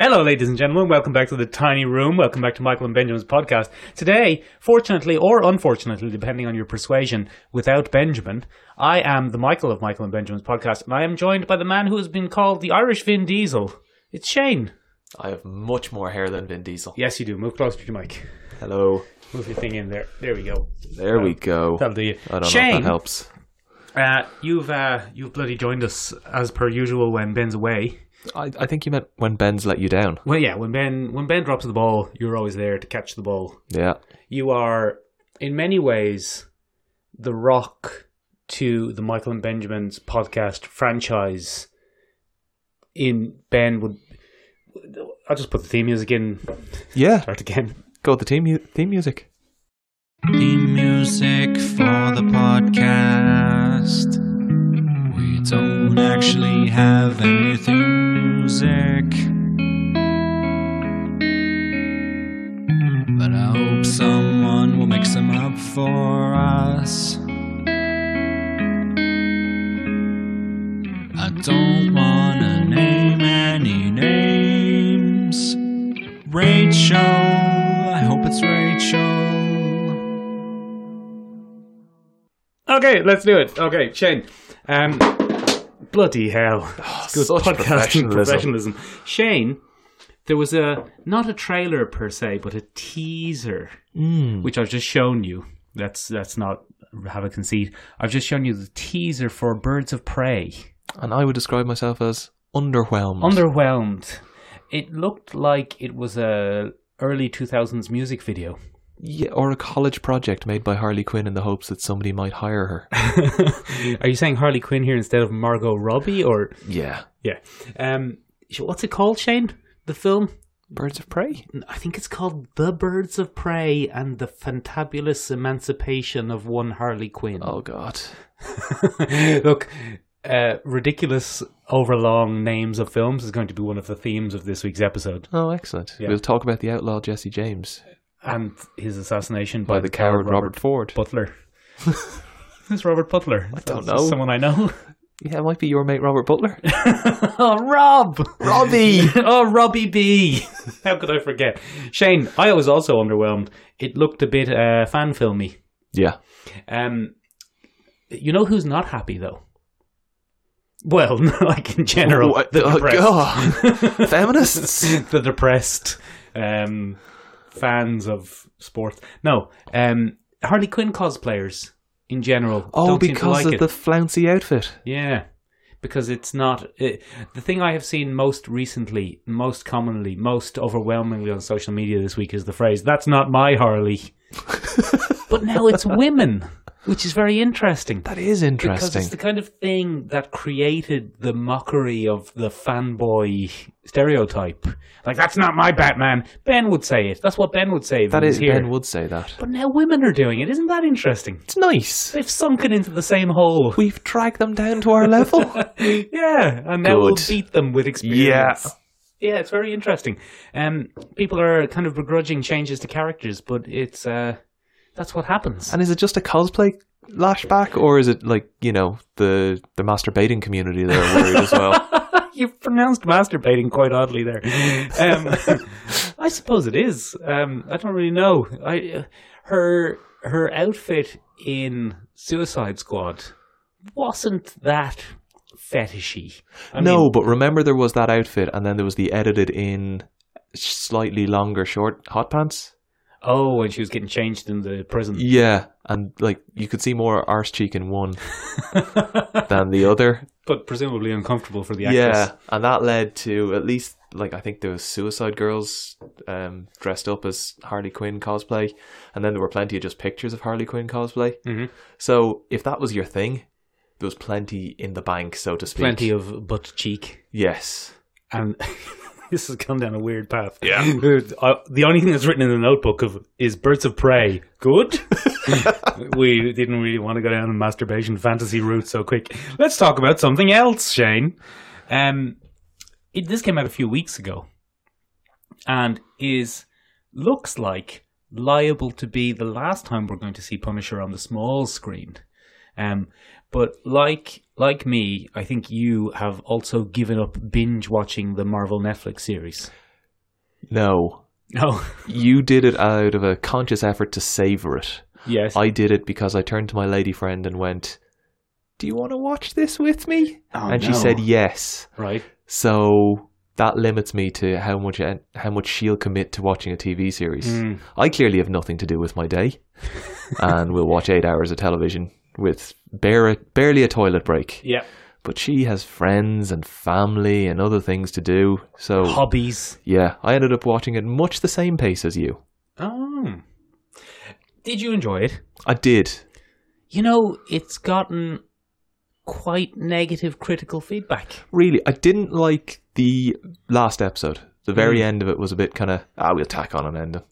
Hello, ladies and gentlemen. Welcome back to the tiny room. Welcome back to Michael and Benjamin's podcast. Today, fortunately or unfortunately, depending on your persuasion, without Benjamin, I am the Michael of Michael and Benjamin's podcast, and I am joined by the man who has been called the Irish Vin Diesel. It's Shane. I have much more hair than Vin Diesel. Yes, you do. Move closer to your mic. Hello. Move your thing in there. There we go. There we go. That'll do you. I don't know if Shane, that helps. Uh, you've uh, you've bloody joined us as per usual when Ben's away. I, I think you meant when Ben's let you down. Well, yeah, when Ben when Ben drops the ball, you're always there to catch the ball. Yeah. you are in many ways the rock to the Michael and Benjamin's podcast franchise. In Ben would, I'll just put the theme music in. Yeah. Start again. Go with the team mu- theme music. Theme music for the podcast. We don't actually have any theme music. But I hope someone will mix them up for us. I don't wanna name any names. Rachel, I hope it's Rachel. Okay, let's do it. Okay, Shane. Um, bloody hell. Good such podcasting professionalism. Oh, professionalism. Shane, there was a not a trailer per se, but a teaser, Hmm. which I've just shown you. That's that's not have a conceit. I've just shown you the teaser for Birds of Prey. And I would describe myself as underwhelmed. Underwhelmed. It looked like it was a early two thousands music video. yeah, or a college project made by Harley Quinn in the hopes that somebody might hire her. Are you saying Harley Quinn here instead of Margot Robbie or yeah. Yeah. Um, sh- what's it called, Shane? The film? Birds of Prey? I think it's called The Birds of Prey and the Fantabulous Emancipation of One Harley Quinn. Oh, God. Look, uh, ridiculous overlong names of films is going to be one of the themes of this week's episode. Oh, excellent. Yeah. We'll talk about the outlaw Jesse James And his assassination by, by the coward Robert Ford. Butler. Who's Robert Butler? I don't know. Someone I know. yeah, it might be your mate Robert Butler. oh, Rob! Robbie! oh, Robbie B. How could I forget? Shane, I was also underwhelmed. It looked a bit uh, fan filmy. yeah. Um, you know who's not happy though? Well, like in general, What- the oh, depressed, oh. God. Feminists? the depressed um, fans of sports. No, um, Harley Quinn cosplayers in general. Oh, don't seem to because like of it. the flouncy outfit. Yeah, because it's not it, the thing I have seen most recently, most commonly, most overwhelmingly on social media this week is the phrase "That's not my Harley." but now it's women, which is very interesting. That is Because interesting. it's the kind of thing that created the mockery of the fanboy stereotype. Like, that's not my Batman. Ben would say it. That's what Ben would say. if That he was is, here. Ben would say that. But now women are doing it. Isn't that interesting? It's nice. They've sunken into the same hole. We've dragged them down to our level. yeah, and now we'll Good. beat them with experience. Yeah. it's very interesting. Um, people are kind of begrudging changes to characters, but it's uh, that's what happens. and is it just a cosplay lashback, or is it like you know the the masturbating community that are worried as well? you pronounced masturbating quite oddly there. Mm-hmm. Um, I suppose it is. Um, I don't really know. I her her outfit in Suicide Squad wasn't that fetishy. I no, mean, but remember there was that outfit, and then there was the edited in slightly longer short hot pants. oh, and she was getting changed in the prison. Yeah, and like you could see more arse cheek in one than the other. but presumably uncomfortable for the actress. Yeah, and that led to at least like I think there was Suicide Girls um, dressed up as Harley Quinn cosplay, and then there were plenty of just pictures of Harley Quinn cosplay. Mhm. So if that was your thing, there was plenty in the bank, so to speak. Plenty of butt cheek. yes. And this has gone down a weird path. Yeah. the only thing that's written in the notebook of is Birds of Prey. Good. we didn't really want to go down a masturbation fantasy route so quick. Let's talk about something else, Shane. Um, it, this came out a few weeks ago, and is looks like liable to be the last time we're going to see Punisher on the small screen. Um, but like like me, I think you have also given up binge watching the Marvel Netflix series. No, No. you did it out of a conscious effort to savor it. Yes. I did it because I turned to my lady friend and went, "Do you want to watch this with me?" Oh, and she no. said yes. Right. So that limits me to how much uh, how much she'll commit to watching a TV series. Mm. I clearly have nothing to do with my day, and will watch eight hours of television with bare, barely a toilet break. Yeah. But she has friends and family and other things to do. So Hobbies. yeah, I ended up watching at much the same pace as you. Oh. Did you enjoy it? I did. You know, it's gotten quite negative critical feedback. Really, I didn't like the last episode. The very Mm. end of it was a bit kind of ah, we'll tack on an end.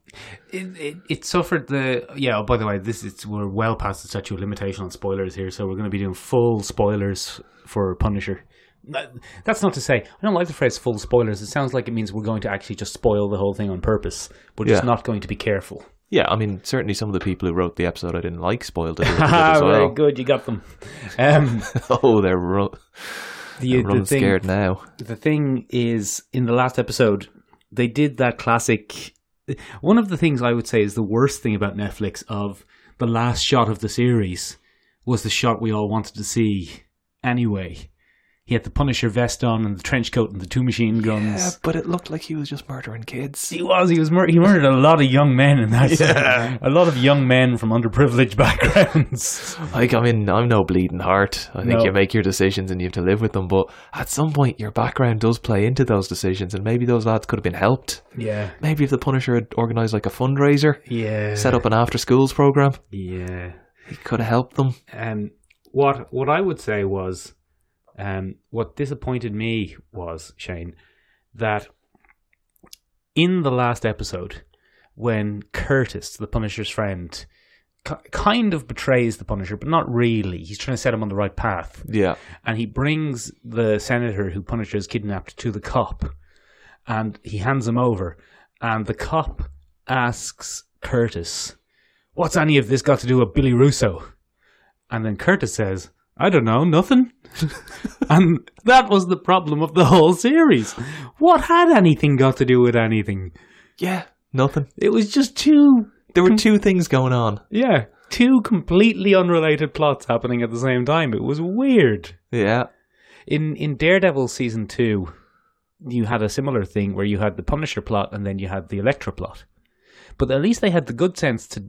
It, it, it suffered the yeah. Oh, by the way, this is we're well past the statute of limitation on spoilers here, so we're going to be doing full spoilers for Punisher. That- That's not to say I don't like the phrase "full spoilers." It sounds like it means we're going to actually just spoil the whole thing on purpose. We're just Yeah. not going to be careful. Yeah, I mean, certainly some of the people who wrote the episode I didn't like spoiled it. a little bit Ah, as very well. good, you got them. Um, Oh, they're run, the, the running thing, scared now. the thing is, in the last episode, they did that classic. One of the things I would say is the worst thing about Netflix of the last shot of the series was the shot we all wanted to see anyway. He had the Punisher vest on and the trench coat and the two machine Yeah, guns. but it looked like he was just murdering kids. He was. He was. Mur- he murdered a lot of young men in that. A lot of young men from underprivileged backgrounds. Like, I mean, I'm no bleeding heart. I think No. you make your decisions and you have to live with them. But at some point, your background does play into those decisions, and maybe those lads could have been helped. yeah. Maybe if the Punisher had organised like a fundraiser, Yeah. set up an after-schools program, Yeah. he could have helped them. um, what what I would say was, um, what disappointed me was Shane that in the last episode, when Curtis, the Punisher's friend, ki kind of betrays the Punisher, but not really. He's trying to set him on the right path, Yeah, and he brings the senator who Punisher has kidnapped to the cop, and he hands him over, and the cop asks Curtis, "What's any of this got to do with Billy Russo?" And then Curtis says, I don't know, nothing. and that was the problem of the whole series. What had anything got to do with anything? yeah, nothing. It was just two, There were two things going on. yeah, two completely unrelated plots happening at the same time. It was weird. Yeah, In in Daredevil season 2, you had a similar thing where you had the Punisher plot and then you had the Electra plot. But at least they had the good sense to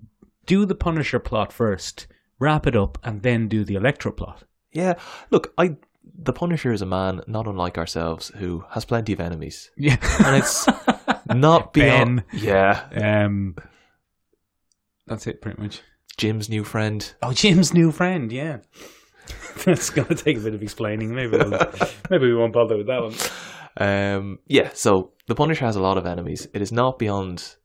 do the Punisher plot first, wrap it up and then do the Electra plot. yeah. Look, I. The Punisher is a man not unlike ourselves who has plenty of enemies, Yeah. and it's not beyond. Yeah, Um, that's it, pretty much. Jim's new friend. Oh, Jim's new friend. Yeah, that's gonna take a bit of explaining. Maybe we'll, maybe we won't bother with that one. Um, yeah, so the Punisher has a lot of enemies. It is not beyond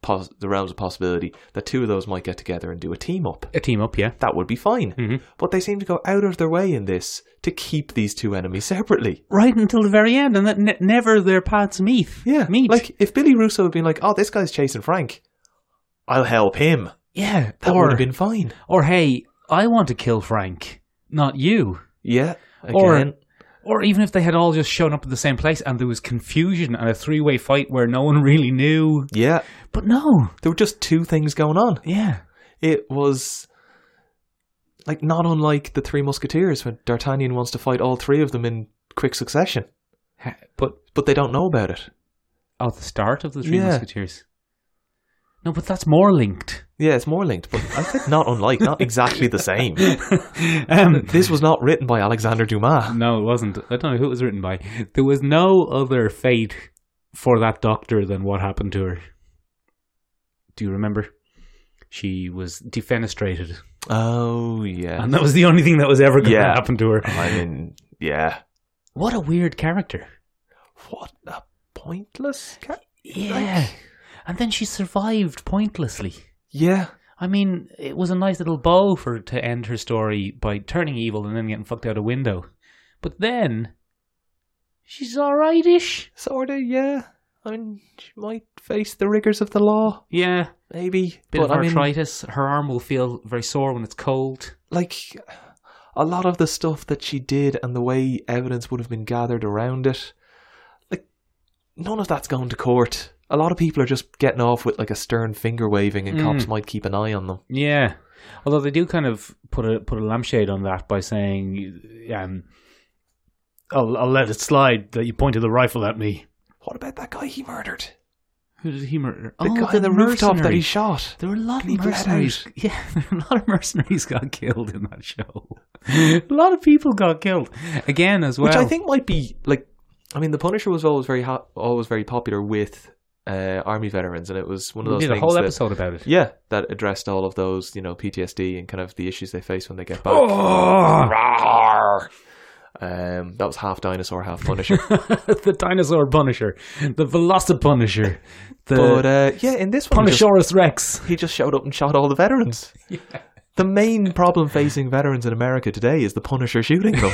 pos- the realms of possibility that two of those might get together and do a team up. A team up, yeah. That would be fine. Mm-hmm. But they seem to go out of their way in this to keep these two enemies separately. Right until the very end, and that ne- never their paths meet. Yeah, meet. like if Billy Russo had been like, "Oh, this guy's chasing Frank, I'll help him," yeah, that would or have been fine. or hey, I want to kill Frank, not you. Yeah, Or- again, Or even if they had all just shown up at the same place and there was confusion and a three-way fight where no one really knew. yeah, But no, there were just two things going on. yeah, it was like not unlike the Three Musketeers when D'Artagnan wants to fight all three of them in quick succession, Ha- but but they don't know about it. Oh, the start of the Three Yeah. Musketeers. No, but that's more linked. Yeah, it's more linked, but I said not unlike, not exactly the same. Um, This was not written by Alexander Dumas. no, it wasn't. I don't know who it was written by. There was no other fate for that doctor than what happened to her. Do you remember? She was defenestrated, Oh yeah, and that was the only thing that was ever going to Yeah. happen to her. I mean, yeah. What a weird character! What a pointless. Ca- Yeah, and then she survived pointlessly. yeah, I mean, it was a nice little bow for to end her story by turning evil and then getting fucked out a window. But then she's alrightish. sorta. Yeah, I mean, she might face the rigors of the law, Yeah, maybe. bit but of I mean, arthritis. her arm will feel very sore when it's cold. like a lot of the stuff that she did and the way evidence would have been gathered around it like none of that's going to court a lot of people are just getting off with like a stern finger waving, and Mm. cops might keep an eye on them. Yeah, although they do kind of put a put a lampshade on that by saying, um, "I'll I'll let it slide that you pointed the rifle at me." What about that guy he murdered? Who did he murder? Oh, The guy on the rooftop that he shot. There were a lot of He bled mercenaries. Yeah, a lot of mercenaries got killed in that show. a lot of people got killed again as well. which I think might be like, I mean, the Punisher was always very hot, always very popular with uh, army veterans, and it was one of we those did a things whole that, episode about it. yeah, that addressed all of those, you know, PTSD and kind of the issues they face when they get back. Oh! Rawr! Um, that was half dinosaur, half Punisher. the dinosaur punisher, the velocipunisher, the but uh, yeah, in this one, he just, Punisherus Rex. he just showed up and shot all the veterans. The main problem facing veterans in America today is the Punisher shooting them.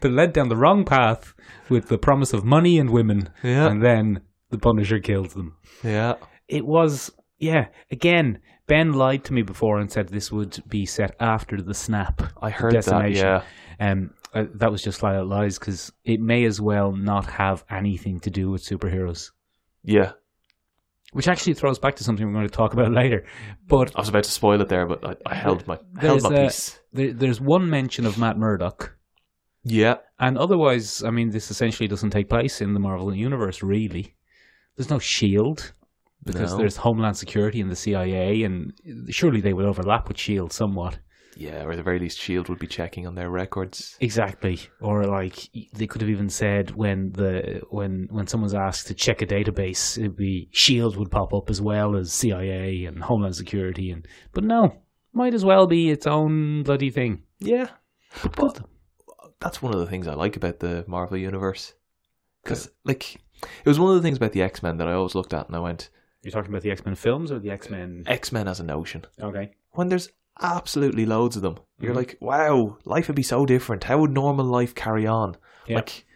They're led down the wrong path with the promise of money and women, Yeah. and then the Punisher kills them. yeah, It was, yeah, again, Ben lied to me before and said this would be set after the snap. I heard that. Decimation. Yeah, Um, uh, that was just flat out lies because it may as well not have anything to do with superheroes, yeah. which actually throws back to something we're going to talk about later. But I was about to spoil it there, but I, I held my There's held my a- peace. there, there's one mention of Matt Murdock. Yeah, And otherwise, I mean, this essentially doesn't take place in the Marvel universe, really. There's no shield E because No. there's Homeland Security and the CIA, and surely they would overlap with Shield E somewhat. yeah. Or at the very least, Shield E would be checking on their records. Exactly. Or like they could have even said when the when when someone's asked to check a database, it'd be Shield would pop up as well as CIA and Homeland Security, and but no, might as well be its own bloody thing. Yeah, but that's one of the things I like about the Marvel universe because, like, it was one of the things about the X Men that I always looked at and I went, You're talking about the X Men films or the X Men? X Men as a notion. Okay. when there's absolutely loads of them, you're Mm-hmm. like, wow, life would be so different. How would normal life carry on? Yeah. Like,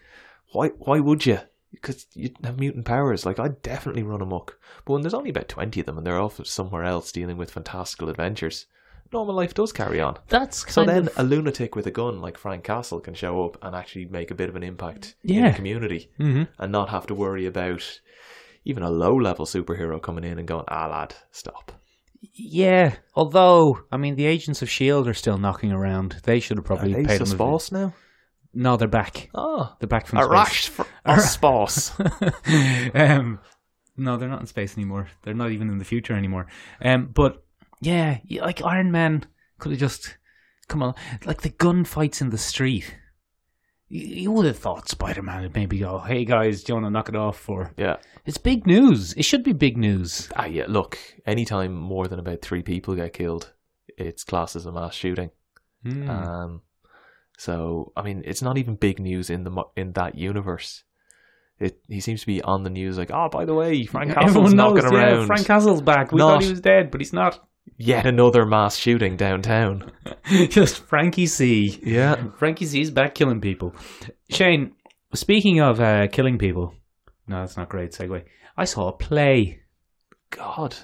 why why would you? Because you have mutant powers. Like, I'd definitely run amok. But when there's only about 20 of them and they're off somewhere else dealing with fantastical adventures, normal life does carry on. That's So kind then of a lunatic with a gun like Frank Castle can show up and actually make a bit of an impact in Yeah. the community Mhm. and not have to worry about even a low level superhero coming in and going, ah, lad, stop. Yeah, although I mean the agents of Shield are still knocking around. They should have Are probably they paid them. A, suspense now? no, they're back. Oh. They're back from A space. rash for a spouse. um, no, they're not in space anymore. They're not even in the future anymore. Um, but yeah, y- like Iron Man could have just come on, like the gunfights in the street. You, you would have thought Spider Man would maybe go, "Hey guys, do you want to knock it off?" Or yeah. it's big news. It should be big news. Ah, yeah. Look, anytime more than about three people get killed, it's classed as a mass shooting. Hmm. Um, so I mean, it's not even big news in the mo- in that universe. It he seems to be on the news like, oh, by the way, Frank Castle's Everyone knows, knocking yeah, around Frank Castle's back. We Not- thought he was dead, but he's not. yet another mass shooting downtown. Just Frankie C. Yeah. Frankie C is back killing people. Shane, speaking of uh, killing people, no, that's not a great segue. I saw a play. God.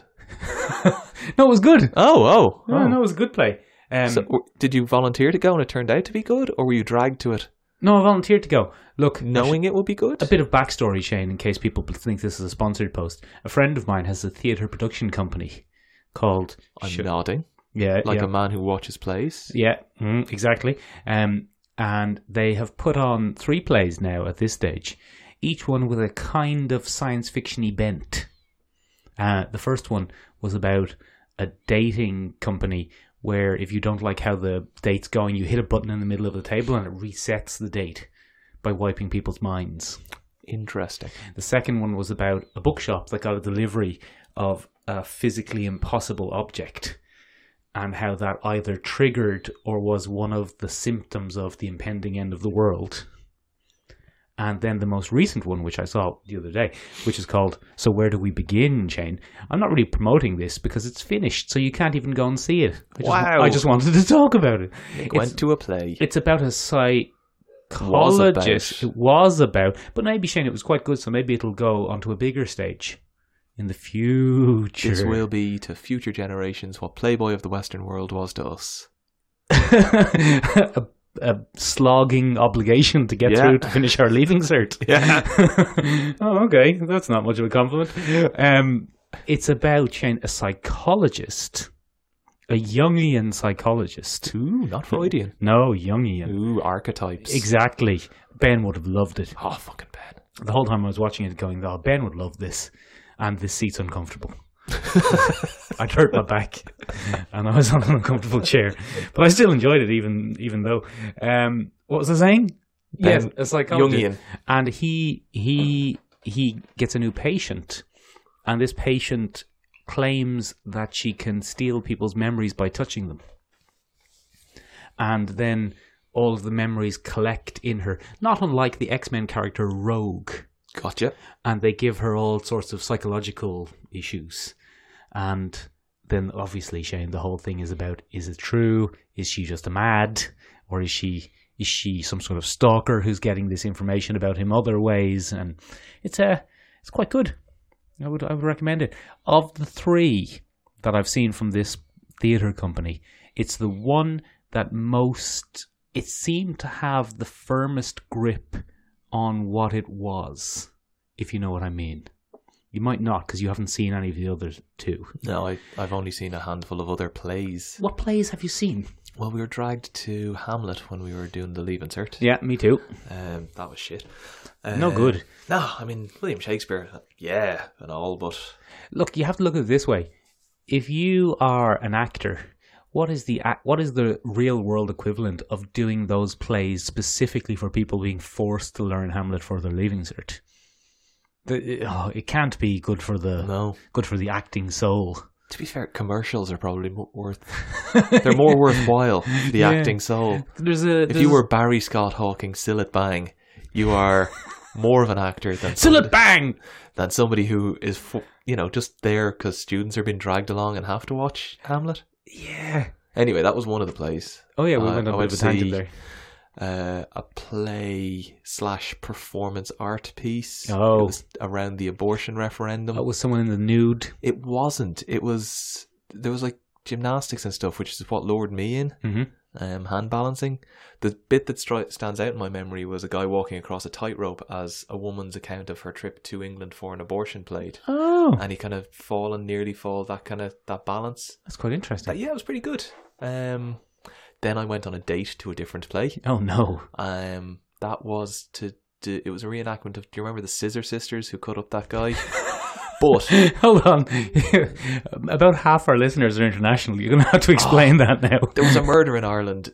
No, it was good. Oh, oh. No, oh. no, it was a good play. Um, So, w- did you volunteer to go and it turned out to be good, or were you dragged to it no, I volunteered to go. Look, knowing it will be good? A bit of backstory, Shane, in case people think this is a sponsored post. A friend of mine has a theatre production company called. I'm Sh- nodding yeah, like yeah. a man who watches plays. Yeah, mm, exactly. Um, and they have put on three plays now at this stage, each one with a kind of science fiction bent. Uh, the first one was about a dating company where if you don't like how the date's going, you hit a button in the middle of the table and it resets the date by wiping people's minds. Interesting. The second one was about a bookshop that got a delivery of a physically impossible object and how that either triggered or was one of the symptoms of the impending end of the world. And then the most recent one, which I saw the other day, which is called So Where Do We Begin, Shane? I'm not really promoting this because it's finished, so you can't even go and see it. I just, Wow. I just wanted to talk about it. It's- Went to a play. it's about a Was about. psychologist. It was about, but maybe Shane, it was quite good, so maybe it'll go onto a bigger stage in the future. This will be to future generations what Playboy of the Western world was to us. a a slogging obligation to get Yeah. through to finish our leaving cert. Yeah. oh, okay. That's not much of a compliment. Um, it's about Shane, a psychologist, a Jungian psychologist. Ooh, not Freudian. No, Jungian. Ooh, archetypes. Exactly. Ben would have loved it. Oh, fucking bad. The whole time I was watching it, going, "Oh, Ben would love this," and this seat's uncomfortable. I'd hurt my back, and I was on an uncomfortable chair, but I still enjoyed it, even even though. Um, what was I saying? Ben- yeah, it's like Jungian. and he he he gets a new patient, and this patient claims that she can steal people's memories by touching them, and then all of the memories collect in her, not unlike the X Men character Rogue, Gotcha. and they give her all sorts of psychological issues, and then obviously Shane, the whole thing is about: is it true? Is she just a mad, or is she? Is she some sort of stalker who's getting this information about him other ways? And it's a, it's quite good. I would I would recommend it. Of the three that I've seen from this theater company, it's the one that most it seemed to have the firmest grip on what it was, if you know what I mean. You might not because you haven't seen any of the other two. No, I, I've only seen a handful of other plays. What plays have you seen? Well, we were dragged to Hamlet when we were doing the leave insert. Yeah, me too. Um, that was shit. No Uh, good. No, I mean William Shakespeare. uh, Yeah, and all, but Look, you have to look at it this way. If you are an actor, what is the ac- what is the real world equivalent of doing those plays specifically for people being forced to learn Hamlet for their leaving cert? The, oh, it can't be good for the no. good for the acting soul. To be fair, commercials are probably more worth. They're more worthwhile. for The Yeah. acting soul. There's a If you were Barry Scott hawking Sillet Bang, you are more of an actor than still somebody, a bang. than somebody who is fu- you know just there because students are being dragged along and have to watch Hamlet. Yeah. Anyway, that was one of the plays. Oh yeah, we Uh, went on a I went bit of a to see- tangent there. uh, a play slash performance art piece. Oh. It was around the abortion referendum. That was someone in the nude. It wasn't. It was there was like gymnastics and stuff, which is what lured me in. Mhm. Um, hand balancing. The bit that stri- stands out in my memory was a guy walking across a tightrope as a woman's account of her trip to England for an abortion played, Oh, and he kind of fall and nearly fall. That kind of that balance. that's quite interesting. That, yeah, it was pretty good. Um, then I went on a date to a different play. oh no. Um, that was to do. It was a reenactment of. Do you remember the Scissor Sisters who cut up that guy? but Hold on. About half our listeners are international. You're going to have to explain that now. there was a murder in Ireland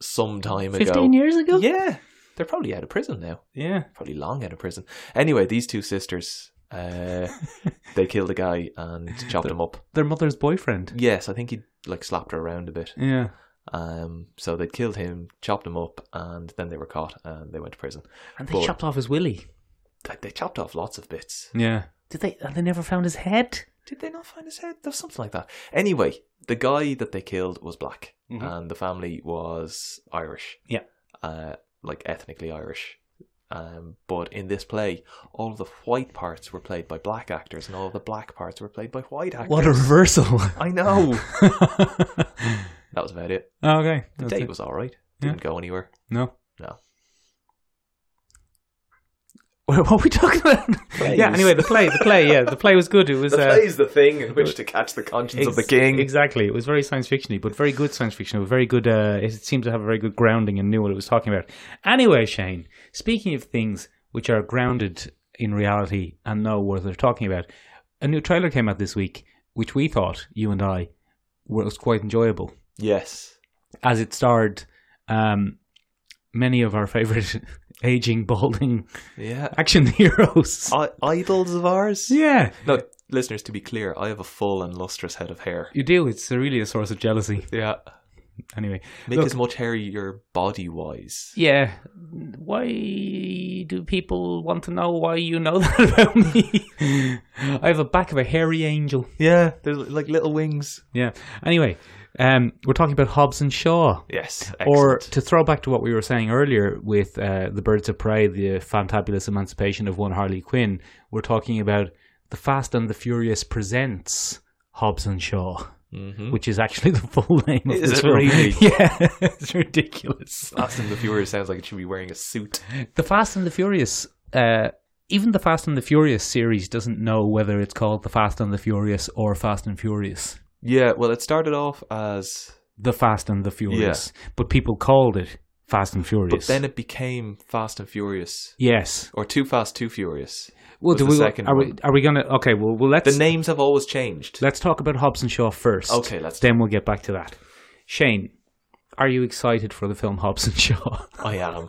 some time ago. 15 years ago? Yeah, they're probably out of prison now. Yeah. Probably long out of prison. Anyway, these two sisters. Uh, they killed a guy and chopped him up. Their mother's boyfriend. Yes, I think he like slapped her around a bit. Yeah. Um, so they killed him, chopped him up, and then they were caught and they went to prison. And they But- chopped off his willy. Like, they chopped off lots of bits. Yeah. Did they? And they never found his head? Did they not find his head? There was something like that. Anyway, the guy that they killed was black, Mhm. and the family was Irish. Yeah. uh, like ethnically Irish. Um, but in this play, all the white parts were played by black actors, and all the black parts were played by white actors. What a reversal. I know. okay. that was about it. The that's date it. was all right. Yeah. Didn't go anywhere. No. No. What what were we talking about? Yeah, Plays. anyway, the play, the play, yeah, the play was good. It was. uh, the thing in which to catch the conscience Ex- Exactly. It was very science fictiony, but very good science fiction. It was very good. Uh, it seemed to have a very good grounding and knew what it was talking about. Anyway, Shane. Speaking of things which are grounded in reality and know what they're talking about, a new trailer came out this week, which we thought you and I was quite enjoyable, Yes. as it starred um, many of our favorite aging, balding Yeah. action heroes. I- idols of ours. Yeah, No, listeners. To be clear, I have a full and lustrous head of hair. you do. It's really a source of jealousy. Yeah. Anyway, Make Look- as much hair your body wise. Yeah. Why do people want to know why you know that about me? I have a back of a hairy angel. Yeah, there's like little wings. Yeah. Anyway, um, we're talking about Hobbs and Shaw. Yes, Or excellent. to throw back to what we were saying earlier with uh, the Birds of Prey, the fantabulous emancipation of one Harley Quinn, we're talking about the Fast and the Furious presents Hobbs and Shaw. Mm-hmm. which is actually the full name of Is this it film. really? Yeah, it's ridiculous. Fast and the Furious sounds like it should be wearing a suit. The Fast and the Furious, uh, even the Fast and the Furious series doesn't know whether it's called the Fast and the Furious or Fast and Furious. Yeah, well, it started off as, The Fast and the Furious, but people called it Fast and Furious. but then it became Fast and Furious yes. or Too Fast, Too Furious. Well, was do the we, second are we one. are we gonna? Okay, well, well The let's names have always changed. let's talk about Hobbs and Shaw first. Okay, let's. Then we'll get back to that. Shane, are you excited for the film Hobbs and Shaw? I am.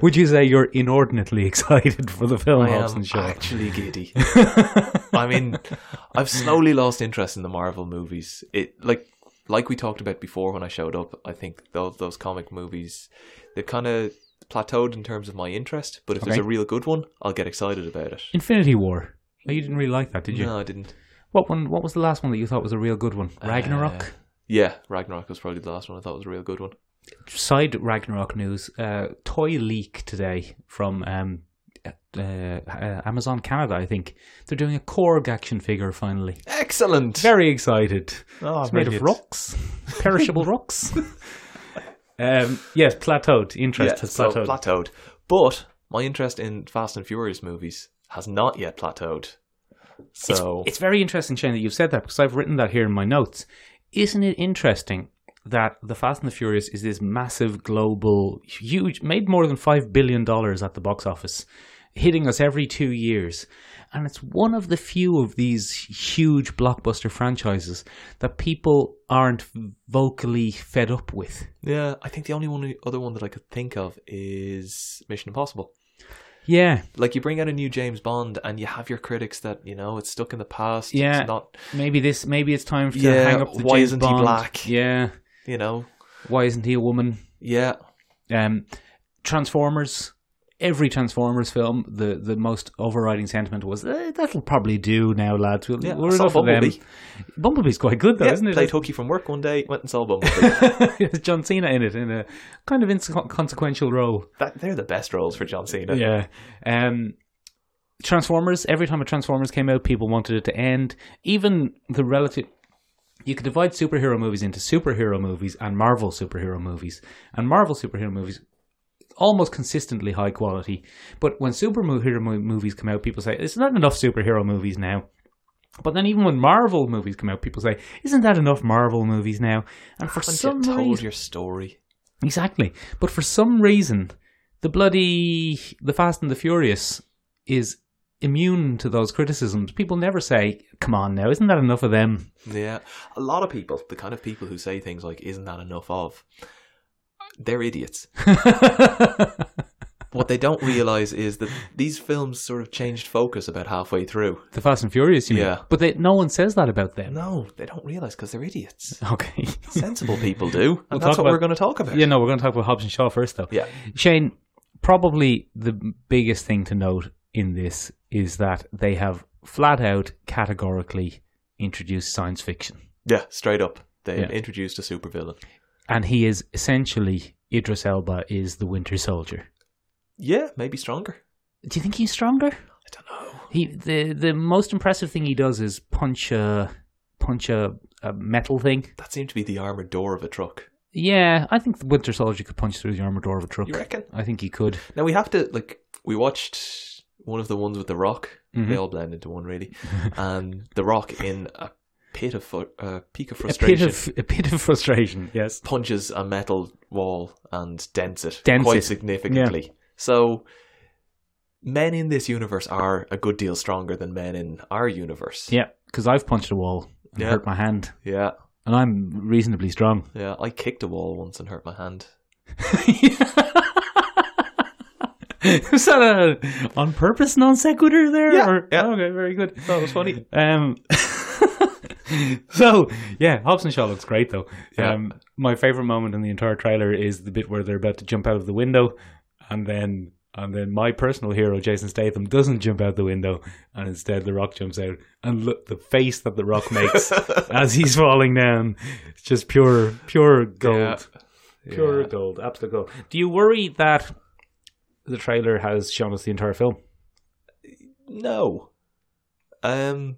Would you say you're inordinately excited for the film I Hobbs am and Shaw? actually giddy. I mean, I've slowly lost interest in the Marvel movies. It like like we talked about before when I showed up. I think those those comic movies they've kind of plateaued in terms of my interest. But if there's Okay. a real good one, I'll get excited about it. Infinity War. Oh, you didn't really like that, did you? No, I didn't. What one? What was the last one that you thought was a real good one? Ragnarok. Uh, yeah, Ragnarok was probably the last one I thought was a real good one. Uh, Side Ragnarok news: uh, toy leak today from um, uh, uh, Amazon Canada. I think they're doing a Korg action figure finally. Excellent. Very excited. oh, It's made of brilliant. rocks, perishable rocks. um, yes, plateaued. Interest Yeah, has so plateaued. plateaued. But my interest in Fast and Furious movies has not yet plateaued. So It's very interesting, Shane, that you've said that because I've written that here in my notes. Isn't it interesting that The Fast and the Furious is this massive global, huge, made more than $5 billion at the box office, hitting us every two years? And it's one of the few of these huge blockbuster franchises that people aren't vocally fed up with. Yeah, I think the only one other one that I could think of is Mission Impossible. Yeah, Like you bring out a new James Bond and you have your critics that, you know, it's stuck in the past. Yeah. It's not maybe this, maybe it's time to Yeah, hang up the why James isn't he Bond. black? Yeah, you know why isn't he a woman? Yeah. Um, Transformers. Every Transformers film, the, the most overriding sentiment was eh, that'll probably do now, lads. We'll, Yeah, I we're saw enough of Bumblebee. them. Bumblebee's quite good though, yeah isn't it? played hooky from work one day, went and saw Bumblebee. There's John Cena in it in a kind of inconsequential role. that, they're the best roles for John Cena. Yeah. Um, Transformers. Every time a Transformers came out, people wanted it to end. Even the relative. You could divide superhero movies into superhero movies and Marvel superhero movies. And Marvel superhero movies, almost consistently high quality. But when superhero mo- movies come out, people say, it's not enough superhero movies now. But then, even when Marvel movies come out, people say, "Isn't that enough Marvel movies now?" And for Haven't some you told reason, your story? Exactly. But for some reason, the bloody The Fast and the Furious is immune to those criticisms. People never say, "Come on now, isn't that enough of them?" Yeah. A lot of people, the kind of people who say things like, isn't that enough of? They're idiots. the What they don't realise is that these films sort of changed focus about halfway through. Fast and Furious, you mean? Yeah. But they, no one says that about them. No, they don't realise because they're idiots. Okay. Sensible people do, and We'll that's talk what about- we're going to talk about. yeah, no, we're going to talk about Hobbs and Shaw first, though. Yeah. Shane, probably the biggest thing to note in this is that they have flat out categorically introduced science fiction. Yeah, straight up. They Yeah. introduced a supervillain. and he is essentially Idris Elba is the Winter Soldier. Yeah, maybe stronger. Do you think he's stronger? I don't know. He the the most impressive thing he does is punch a punch a, a metal thing. That seemed to be the armored door of a truck. Yeah, I think the Winter Soldier could punch through the armored door of a truck. You reckon? I think he could. Now we have to like we watched one of the ones with the Rock. Mhm. They all blend into one really, and the Rock in a pit of fu- uh, peak of A bit frustration of a bit of frustration. Yes. punches a metal wall and dents it Dents quite it. significantly. So. Men in this universe are a good deal stronger than men in our universe. Yeah, because I've punched a wall and Yeah. hurt my hand, yeah. and I'm reasonably strong. Yeah, I kicked a wall once and hurt my hand. Is that a on purpose non sequitur there? Yeah, or- oh, yeah. Okay, very good. That was funny. Um, so yeah, Hobbs and Shaw looks great though. Yeah. Um, my favorite moment in the entire trailer is the bit where they're about to jump out of the window, and then and then my personal hero Jason Statham doesn't jump out the window, and instead The Rock jumps out, and look the face that The Rock makes as he's falling down, it's just pure pure gold, pure Yeah. gold, absolute gold. Do you worry that the trailer has shown us the entire film? No. Um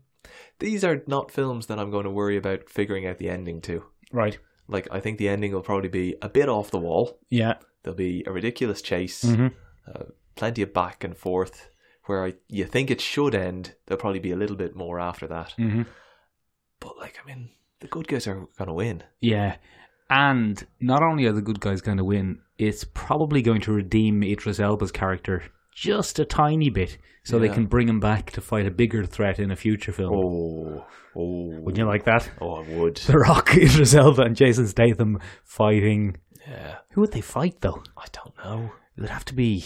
these are not films that I'm going to worry about figuring out the ending to. Right. Like, I think the ending will probably be a bit off the wall. Yeah. There'll be a ridiculous chase, Mhm. uh, plenty of back and forth. Where I, you think it should end, there'll probably be a little bit more after that. Mm-hmm. But like, I mean, the good guys are going to win. Yeah. And not only are the good guys going to win, it's probably going to redeem Idris Elba's character just a tiny bit so they Yeah. can bring him back to fight a bigger threat in a future film. Oh, oh, Would you like that? Oh, I would. The Rock, Idris Elba, and Jason Statham fighting. Yeah, Who would they fight, though? I don't know. It would have to be.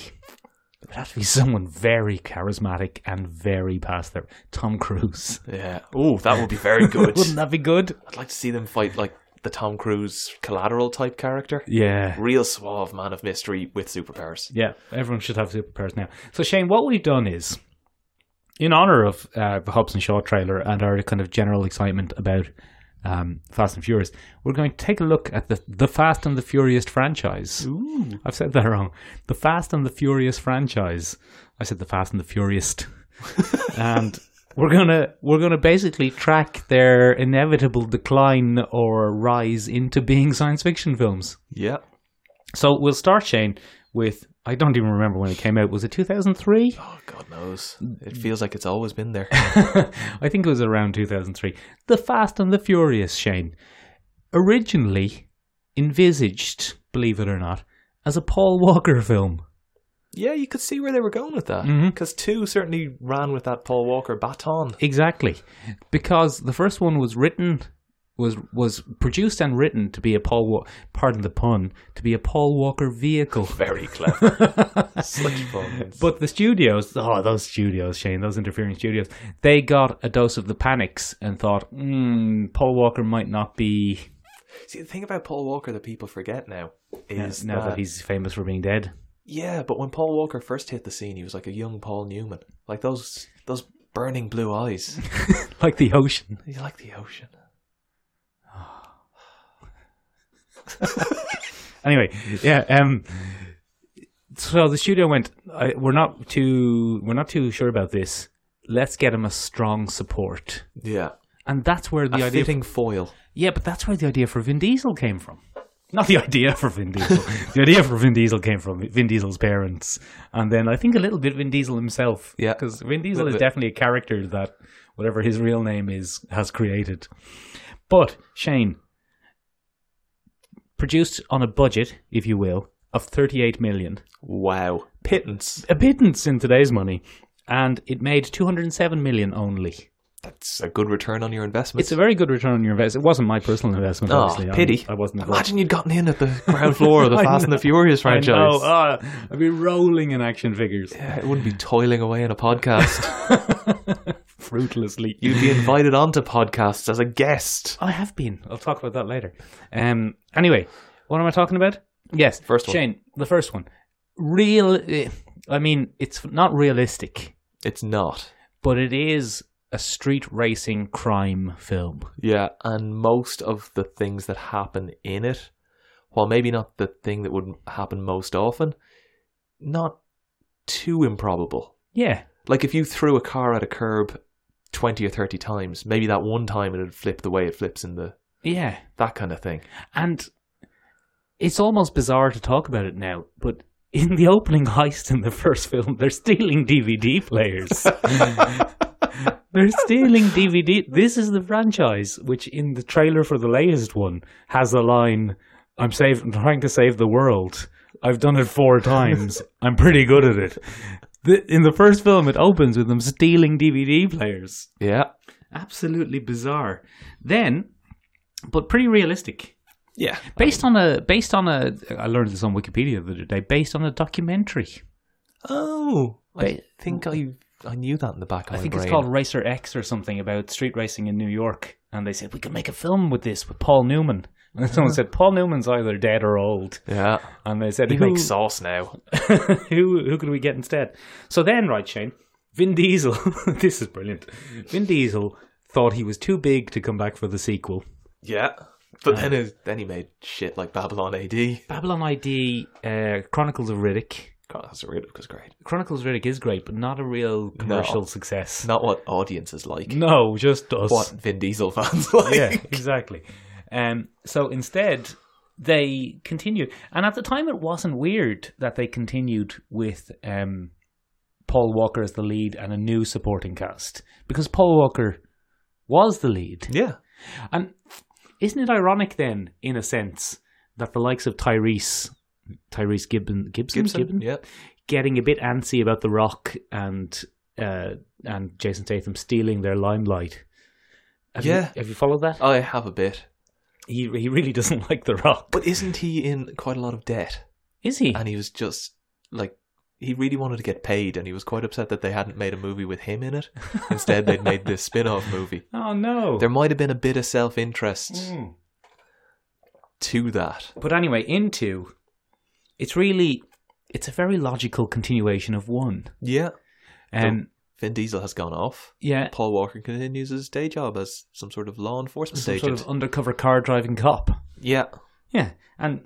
It would have to be someone very charismatic and very past their. Tom Cruise. Yeah. Oh, that would be very good. Wouldn't that be good? I'd like to see them fight like the Tom Cruise collateral type character. Yeah. Real suave man of mystery with superpowers. Yeah, everyone should have superpowers now. So, Shane, what we've done is, in honor of uh, the Hobbs and Shaw trailer and our kind of general excitement about um, Fast and Furious, we're going to take a look at the the Fast and the Furious franchise. Ooh. I've said that wrong. The Fast and the Furious franchise. I said the Fast and the Furious. and we're gonna we're gonna basically track their inevitable decline or rise into being science fiction films. Yeah. So we'll start, Shane, with I don't even remember when it came out. Was it 2003? Oh, God knows. Mm. It feels like it's always been there. I think it was around 2003. The Fast and the Furious, Shane. Originally envisaged, believe it or not, as a Paul Walker film. yeah, you could see where they were going with that. Mhm. Because two certainly ran with that Paul Walker baton. Exactly. Because the first one was written was was produced and written to be a Paul Wa- pardon the pun, to be a Paul Walker vehicle. Very clever. Such fun. But the studios, oh, those studios, Shane, those interfering studios, they got a dose of the panics and thought, hmm, Paul Walker might not be, see, the thing about Paul Walker that people forget now is now that he's famous for being dead. Yeah, but when Paul Walker first hit the scene, he was like a young Paul Newman. Like those those burning blue eyes. Like the ocean. He's like the ocean. Anyway, yeah, um, so the studio went, I, we're not too, we're not too sure about this. Let's get him a strong support. Yeah. And that's where the a idea fitting foil. Yeah, but that's where the idea for Vin Diesel came from. Not the idea for Vin Diesel. the idea for Vin Diesel came from Vin Diesel's parents, and then I think a little bit Vin Diesel himself. Yeah. because Vin Diesel Little is bit. definitely a character that whatever his real name is has created. But Shane produced on a budget, if you will, of thirty-eight million, Wow. Pittance. a pittance in today's money, and it made two hundred and seven million only. That's a good return on your investment. It's a very good return on your investment. It wasn't my personal investment, Oh, obviously. I- pity. I wasn't. involved. Imagine you'd gotten in at the ground floor of the I Fast and the Furious I franchise. know. ah, I'd be rolling in action figures Yeah, it wouldn't be toiling away in a podcast. fruitlessly. you'd be invited onto podcasts as a guest. I have been. I'll talk about that later. Um. Anyway, what am I talking about? Yes, First one. Shane, the first one. Real. eh, I mean, it's not realistic, It's not. but it is a street racing crime film. Yeah, and most of the things that happen in it, while maybe not the thing that would happen most often, not too improbable. Yeah. Like if you threw a car at a curb 20 or 30 times, maybe that one time it'd flip the way it flips in the Yeah. that kind of thing. And it's almost bizarre to talk about it now, but in the opening heist in the first film, they're stealing DVD players. they're stealing DVD. This is the franchise, which in the trailer for the latest one has a line I'm, save- I'm trying to save the world. I've done it four times. I'm pretty good at it. The- in the first film, it opens with them stealing DVD players. Yeah. Absolutely bizarre. Then, but pretty realistic Yeah. based on a based on a I learned this on Wikipedia the other day based on a documentary. Oh, I Ba- think I I knew that in the back of I my think brain. it's called Racer X or something about street racing in New York, and they said we can make a film with this with Paul Newman. And then someone said Paul Newman's either dead or old, yeah. and they said He who makes sauce now. who who can we get instead? So then, right, Shane, Vin Diesel. this is brilliant. Vin Diesel thought he was too big to come back for the sequel. Yeah. But then it, then he made shit like Babylon AD. Babylon ID, uh, Chronicles of Riddick, Chronicles of Riddick was great. Chronicles of Riddick is great, but not a real commercial success. Not what audiences like. No, just us. What Vin Diesel fans like. Yeah, exactly. Um, so instead, they continued, and at the time, it wasn't weird that they continued with um, Paul Walker as the lead and a new supporting cast because Paul Walker was the lead. Yeah. And isn't it ironic then, in a sense, that the likes of Tyrese, Tyrese Gibbon, Gibson, Gibson. Gibbon, Yeah. getting a bit antsy about The Rock and uh, and Jason Statham stealing their limelight. Have Yeah. you, have you followed that? I have a bit. He he really doesn't like The Rock, But isn't he in quite a lot of debt? is he? And he was just like he really wanted to get paid and he was quite upset that they hadn't made a movie with him in it. Instead they'd made this spin-off movie. Oh no. There might have been a bit of self-interest Mm. to that. But anyway, into it's really it's a very logical continuation of one. Yeah. And Vin Diesel has gone off. yeah, Paul Walker continues his day job as some sort of law enforcement some sort agent. of undercover car driving cop. Yeah. Yeah, and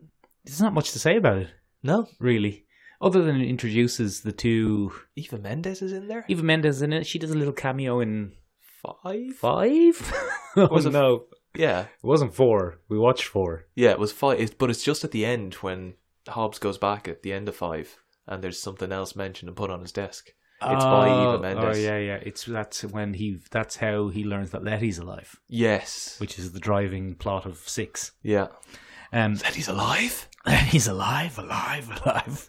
there's not much to say about it, No. really, other than it introduces the two. Eva Mendes is in there? Eva Mendes in it. She does a little cameo in Five? five. oh, Was it- no, Yeah. it wasn't four. We watched four. Yeah, it was five. It's, but it's just at the end when Hobbs goes back at the end of five and there's something else mentioned and put on his desk. It's by Eva Mendes. Oh yeah, yeah. It's that's when he. That's how he learns that Letty's alive, Yes. which is the driving plot of six. yeah. Um, That he's alive? He's alive, alive, alive.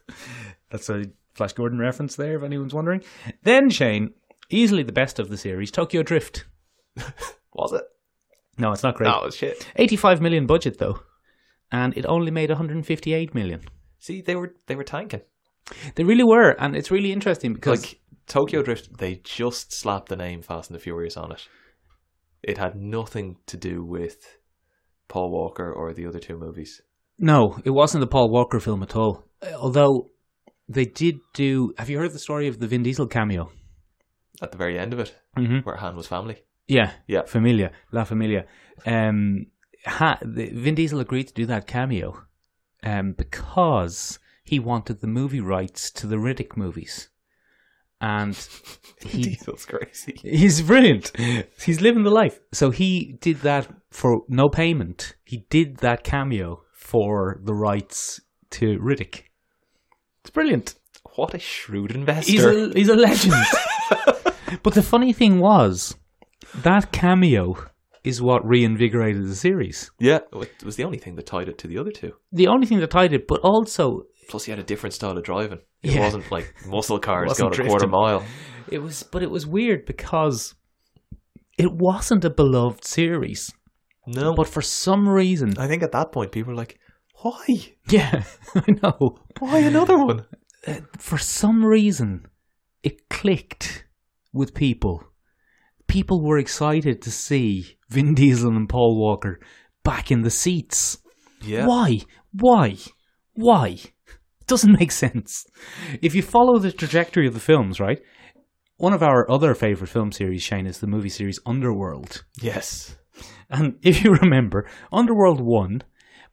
That's a Flash Gordon reference there, if anyone's wondering. Then, Shane, easily the best of the series, Tokyo Drift. Was it? No, it's not great. No, it's shit. 85 million budget, though. And it only made 158 million. See, they were they were tanking. They really were, and it's really interesting because Like Tokyo Drift, they just slapped the name Fast and the Furious on it. It had nothing to do with Paul Walker or the other two movies. no, it wasn't the Paul Walker film at all. Uh, Although they did do. Have you heard the story of the Vin Diesel cameo? At the very end of it, Mm-hmm. where Han was family. Yeah, Yeah. familiar, La Familia. Um, ha, the, Vin Diesel agreed to do that cameo, um, because he wanted the movie rights to the Riddick movies, and he Diesel's crazy. he's brilliant. He's living the life. So he did that for no payment. He did that cameo for the rights to Riddick. It's brilliant. What a shrewd investor. He's a, he's a legend. but the funny thing was, that cameo is what reinvigorated the series. Yeah, it was the only thing that tied it to the other two. The only thing that tied it, but also Plus, he had a different style of driving. It Yeah. wasn't like muscle cars Wasn't got a quarter drifting. mile. it was, but it was weird because it wasn't a beloved series. No, But for some reason, I think at that point people were like, "Why? yeah, I know. Why another one?" For some reason, it clicked with people. People were excited to see Vin Diesel and Paul Walker back in the seats. Yeah, Why? Why? Why? It doesn't make sense. If you follow the trajectory of the films, right? One of our other favorite film series, Shane, is the movie series Underworld. yes, And if you remember, Underworld 1,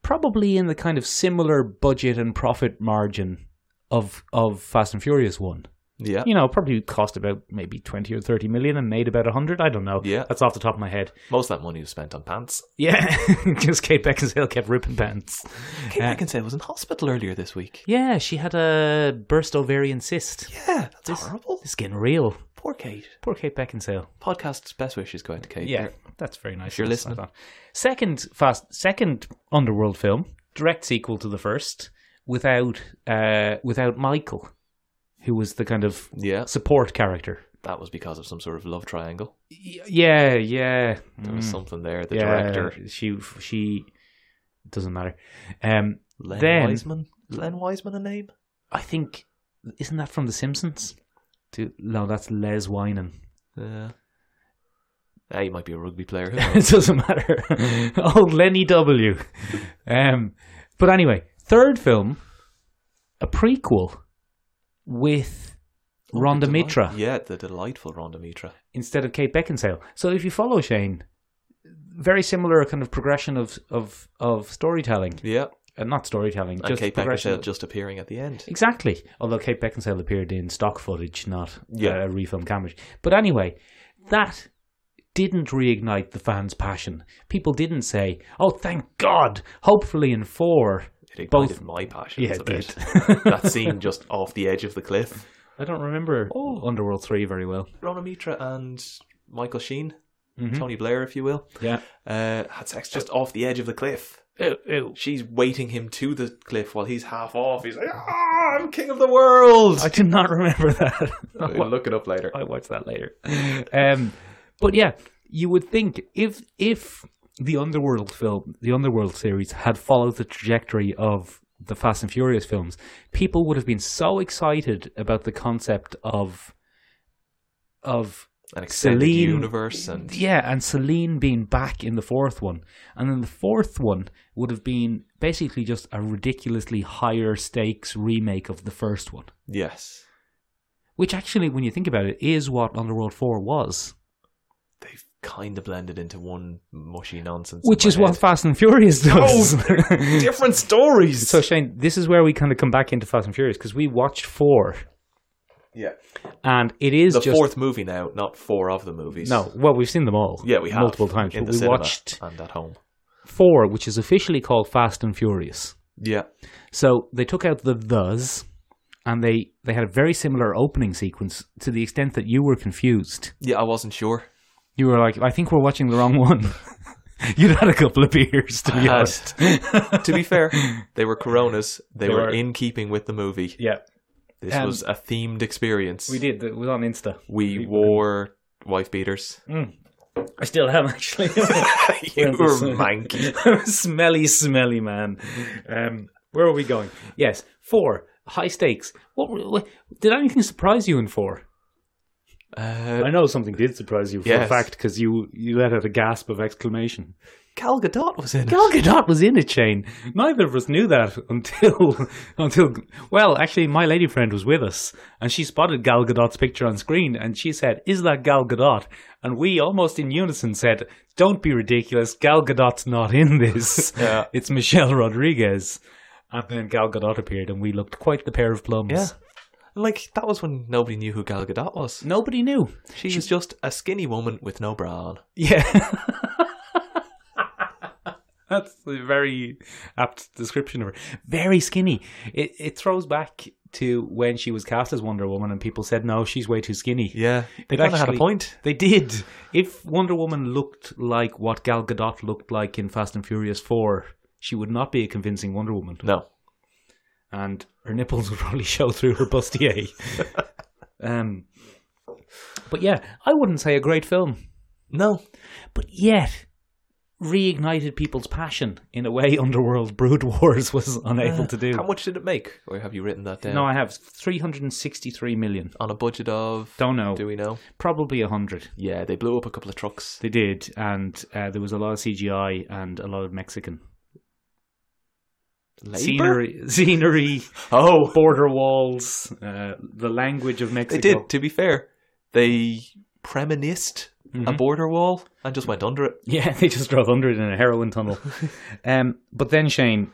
probably in the kind of similar budget and profit margin of of Fast and Furious 1. yeah, You know, probably cost about maybe 20 or 30 million and made about 100, I don't know. Yeah. That's off the top of my head. Most of that money was spent on pants. Yeah, because Kate Beckinsale kept ripping pants. Kate Uh, Beckinsale was in hospital earlier this week. Yeah, she had a burst ovarian cyst. Yeah, that's horrible. It's getting real. Poor Kate. Poor Kate Beckinsale. Podcast's best wishes go out to Kate. that's very nice. you're of us, I listening. thought. Second fast, second underworld film, direct sequel to the first, without uh, without Michael, who was the kind of yeah, support character. that was because of some sort of love triangle. Y- yeah, yeah. There was Mm. something there. The Yeah, director, she she it doesn't matter. Um, Len Then- Wiseman. Len Wiseman, a name? I think isn't that from The Simpsons? Do- no, that's Les Winan. Yeah. Ah, he might be a rugby player. Who knows? it doesn't matter. Old Lenny W. Um, but anyway, third film, a prequel with Rhonda Deli- Mitra Yeah, the delightful Rhonda Mitra. instead of Kate Beckinsale. So if you follow Shane, very similar kind of progression of of, of storytelling. Yeah. Uh, not storytelling, and just Kate progression. Beckinsale just appearing at the end. Exactly. Although Kate Beckinsale appeared in stock footage, not Yeah. uh, refilmed cameras. But anyway, that didn't reignite the fans' passion. People didn't say, "Oh, thank God!" Hopefully, in four, It ignited both- my passions yeah, a it bit. did. that scene just off the edge of the cliff. I don't remember Underworld three very well. Rona Mitra and Michael Sheen, Mhm. Tony Blair, if you will, Yeah. uh, had sex just off the edge of the cliff. She's waiting him to the cliff while he's half off. He's like, "Ah, I'm king of the world." I do not remember that. We'll look it up later. I watched that later. Um, but yeah, you would think if if the Underworld film, the Underworld series, had followed the trajectory of the Fast and Furious films, people would have been so excited about the concept of of An extended Celine- universe and yeah, and Celine being back in the fourth one, and then the fourth one would have been basically just a ridiculously higher stakes remake of the first one, yes, which actually, when you think about it, is what Underworld four was. they've kind of blended into one mushy nonsense. in Which my is what head. Oh. Fast and Furious does. different stories. so Shane, this is where we kind of come back into Fast and Furious because we watched four, yeah, and it is the just fourth movie now, not four of the movies. no. Well, we've seen them all. yeah, we have multiple times. in But the we cinema watched and at home. four, which is officially called Fast and Furious. Yeah, So they took out the thes, and they they had a very similar opening sequence to the extent that you were confused. yeah, I wasn't sure. You were like, "I think we're watching the wrong one." You'd had a couple of beers, to I be had. honest. to be fair, they were Coronas. They, They were, were- in keeping with the movie. yeah, This Um, was a themed experience. we did. It was on Insta. We wore wife beaters. I still have actually. you Yeah, were this- manky. smelly, smelly man. Um, where are we going? Yes, four high stakes. What, were- what did anything surprise you in four? Uh, I know something did surprise you for Yes. a fact because you you let out a gasp of exclamation. Gal Gadot was in it. Gal Gadot was in a chain. Neither of us knew that until until well, actually, my lady friend was with us and she spotted Gal Gadot's picture on screen and she said, "Is that Gal Gadot?" And we almost in unison said, "Don't be ridiculous. Gal Gadot's not in this. Yeah. It's Michelle Rodriguez." And then Gal Gadot appeared, and we looked quite the pair of plums. Yeah. Like that was when nobody knew who Gal Gadot was. Nobody knew. She was just a skinny woman with no bra on. Yeah. That's a very apt description of her. Very skinny. It it throws back to when she was cast as Wonder Woman and people said, no, she's way too skinny. Yeah, they They'd kind of had a actually- point. They did. If Wonder Woman looked like what Gal Gadot looked like in Fast and Furious 4, she would not be a convincing Wonder Woman. No, And her nipples would probably show through her bustier. um, but yeah, I wouldn't say a great film no, but yet reignited people's passion in a way Underworld Brood Wars was Uh, unable to do. How much did it make? Or have you written that down? No, I have 363 million. on a budget of Don't know. do we know? Probably 100. Oh. Yeah, they blew up a couple of trucks. They did, and uh, there was a lot of CGI and a lot of Mexican Labor? scenery, scenery, Oh, border walls, uh, the language of they Mexico. did. To be fair, they premonist a border wall and just went under it. Yeah, they just drove under it in a heroin tunnel. um, but then Shane,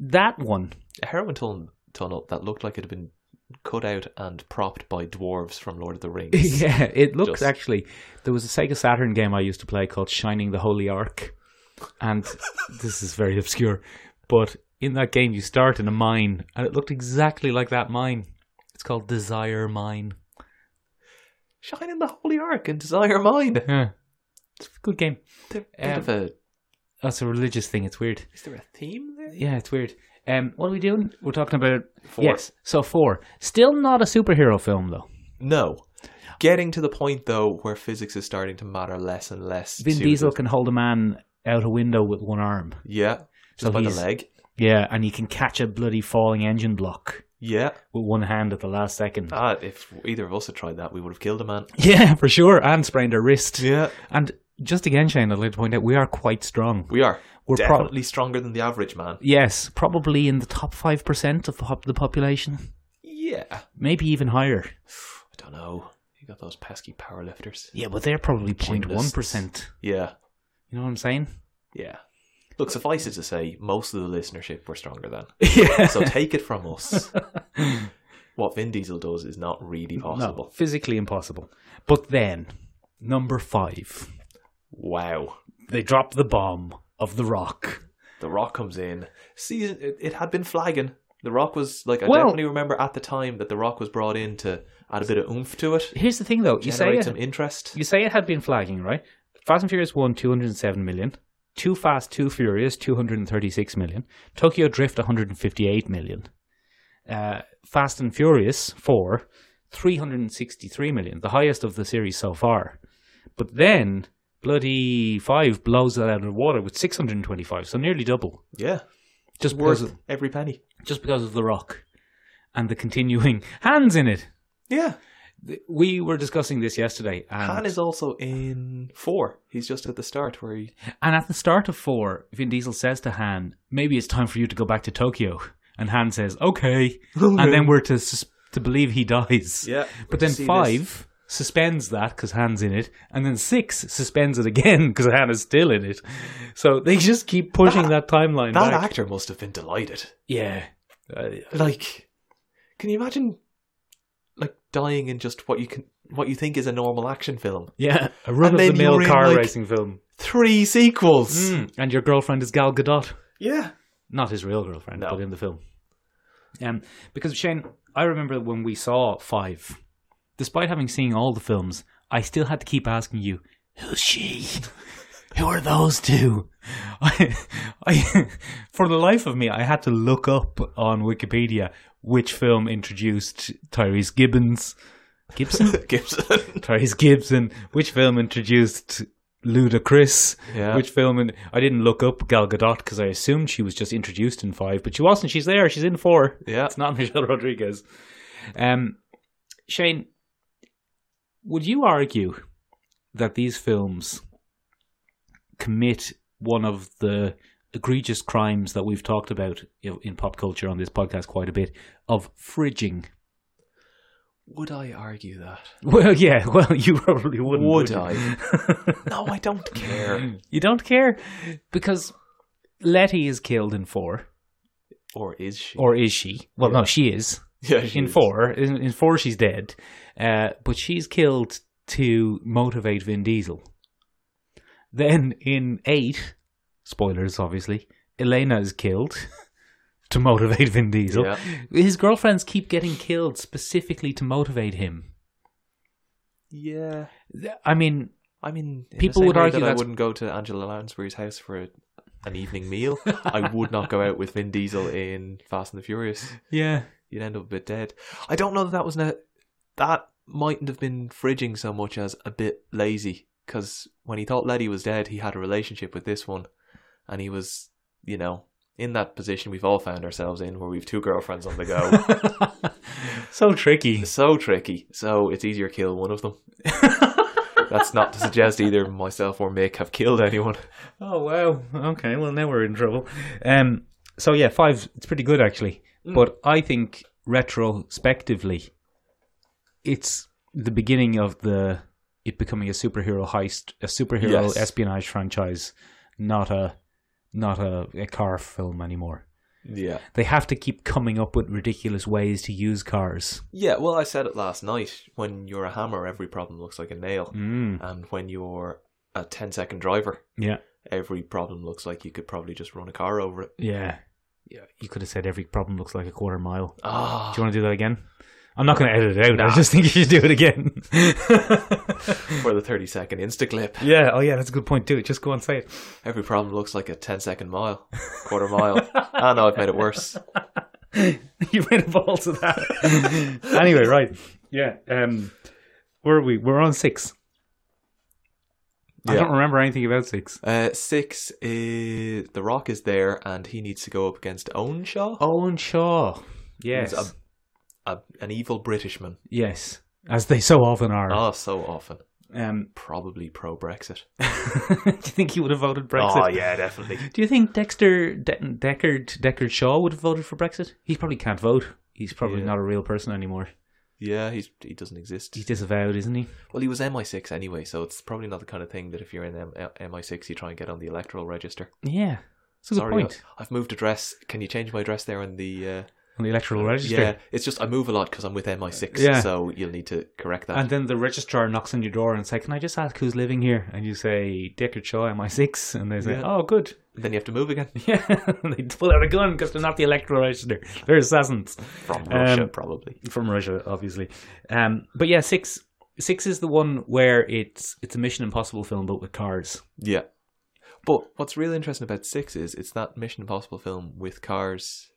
that one A heroin tunnel, tunnel that looked like it had been cut out and propped by dwarves from Lord of the Rings. yeah, it looks Just- actually. There was a Sega Saturn game I used to play called Shining the Holy Ark, and this is very obscure, but in that game you start in a mine, and it looked exactly like that mine. It's called Desire Mine. Shine in the Holy Ark and Desire Mine. Yeah, it's a good game. They're a bit Um, of a- That's a religious thing. It's weird. is there a theme there? Yeah, it's weird. Um, what are we doing? We're talking about Four. yes. So four, still not a superhero film though. No. Getting to the point though where physics is starting to matter less and less. Vin to Diesel the- can hold a man out a window with one arm. yeah, So just by the he's- leg. Yeah, and he can catch a bloody falling engine block. Yeah, with one hand at the last second. ah, if either of us had tried that, we would have killed a man. yeah, for sure. And sprained her wrist. Yeah, And just again, Shane, I'd like to point out we are quite strong. we are. We're prob- definitely stronger than the average man. Yes, probably in the top 5% of the pop- the population, Yeah, I maybe even higher. don't know. You got those pesky powerlifters. Yeah, but they're probably 0.1%. Yeah, You know what I'm saying? yeah. Look, suffice it to say, most of the listenership were stronger than. yeah. So take it from us. what Vin Diesel does is not really No, possible. physically impossible. But then, number five, Wow. they drop the bomb of The Rock. The Rock comes in. Season it, it had been flagging. The Rock was like I Well- definitely remember at the time that The Rock was brought in to add a bit of oomph to it, Here's the thing, though. You say generate it, some interest. you say it had been flagging, right? Fast and Furious One, two hundred and seven million. Too Fast, Too Furious, two hundred and thirty-six million. Tokyo Drift, one hundred and fifty-eight million. Uh, Fast and Furious Four, three hundred and sixty-three million, the highest of the series so far. But then bloody five blows it out of the water with six hundred and twenty-five, so nearly double. Yeah, Just because worth of, every penny. just because of the rock and the continuing hands in it. Yeah, Th- We were discussing this yesterday, and Han is also in four. He's just at the start where he And at the start of four, Vin Diesel says to Han, "Maybe it's time for you to go back to Tokyo." And Han says, "Okay," and then we're to sus- to believe he dies. Yeah, But we then see this. five suspends that because Han's in it, and then six suspends it again because Han is still in it. So they just keep pushing that, timeline that back. actor must have been delighted. yeah. Uh, Like, can you imagine, like dying in just what you can, what you think is a normal action film? yeah, a run-of-the-mill you're in, car like- racing film, Three sequels. Mm, and your girlfriend is Gal Gadot. Yeah, not his real girlfriend, No. but in the film. Um, because Shane, I remember when we saw Five. Despite having seen all the films, I still had to keep asking you, "Who's she? Who are those two? I, I, for the life of me, I had to look up on Wikipedia which film introduced Tyrese Gibbons, Gibson, Gibson. Tyrese Gibson, which film introduced Ludacris, Yeah. which film? And I didn't look up Gal Gadot because I assumed she was just introduced in five, but she wasn't. She's there. She's in four. yeah. It's not Michelle Rodriguez. Um, Shane, would you argue that these films commit one of the egregious crimes that we've talked about in, in pop culture on this podcast quite a bit of fridging? Would I argue that? Well, yeah. Well, you probably wouldn't. Would you? I? No, I don't care. You don't care because Letty is killed in four, Or is she? or is she? Well, no, she is yeah, she in is. four. In, in four, she's dead, uh, but she's killed to motivate Vin Diesel. Then in eight, spoilers obviously, Elena is killed to motivate Vin Diesel. Yeah. His girlfriends keep getting killed specifically to motivate him. Yeah. I mean, I mean, in People the same would way argue that I that's- wouldn't go to Angela Lansbury's house for a, an evening meal. I would not go out with Vin Diesel in Fast and the Furious. yeah, You'd end up a bit dead. I don't know that that was ne- that mightn't have been fridging so much as a bit lazy because when he thought Letty was dead, he had a relationship with this one, and he was, you know, in that position we've all found ourselves in where we've two girlfriends on the go. so tricky. It's so tricky. So it's easier to kill one of them. That's not to suggest either myself or Mick have killed anyone. Oh wow. Okay. Well, now we're in trouble. Um. So yeah, five. It's pretty good actually. But I think retrospectively, it's the beginning of the it becoming a superhero heist, a superhero Yes. espionage franchise, not a not a, a car film anymore. Yeah. They have to keep coming up with ridiculous ways to use cars. Yeah, well, I said it last night. When you're a hammer, every problem looks like a nail. Mm. And when you're a 10 second driver, Yeah. every problem looks like you could probably just run a car over it. Yeah. Yeah. You could have said every problem looks like a quarter mile. Ah, Do you want to do that again? I'm not going to edit it out. I just think you should do it again. for the 30 second insta clip. yeah. Oh, yeah. That's a good point, too. Just go and say it. Every problem looks like a 10 second mile, quarter mile. Ah, no, I've made it worse. you made a ball to that. anyway, right. Yeah. Um, where are we? We're on six. I Yeah. don't remember anything about six. Uh, six is The Rock is there, and he needs to go up against Owenshaw. Owen Shaw. Oh, Yes. He's A, a, an evil Britishman. yes. As they so often are. Ah, so often. Um, Probably pro Brexit. do you think he would have voted Brexit? Oh, yeah, definitely. Do you think Dexter De- Deckard Deckard Shaw would have voted for Brexit? He probably can't vote. He's probably Yeah. not a real person anymore. Yeah, he's, he doesn't exist. He's disavowed, isn't he? Well, he was MI6 uh, anyway, so it's probably not the kind of thing that if you're in M- MI6, you try and get on the electoral register. Yeah. That's a good Sorry, point. I- I've moved address. Can you change my address there on the? Uh, On the electoral register. yeah, it's just I move a lot because I'm with MI6, Uh, Yeah. so you'll need to correct that. And then the registrar knocks on your door and say, "Can I just ask who's living here?" And you say, "Deckard Shaw, MI6," and they say, Yeah. "Oh, good." then you have to move again Yeah, and they pull out a gun because they're not the electoral register; they're assassins from Russia, Um, probably. from Russia, obviously. Um, but yeah, six six is the one where it's it's a Mission Impossible film, but with cars. Yeah. But what's really interesting about six is it's that Mission Impossible film with cars.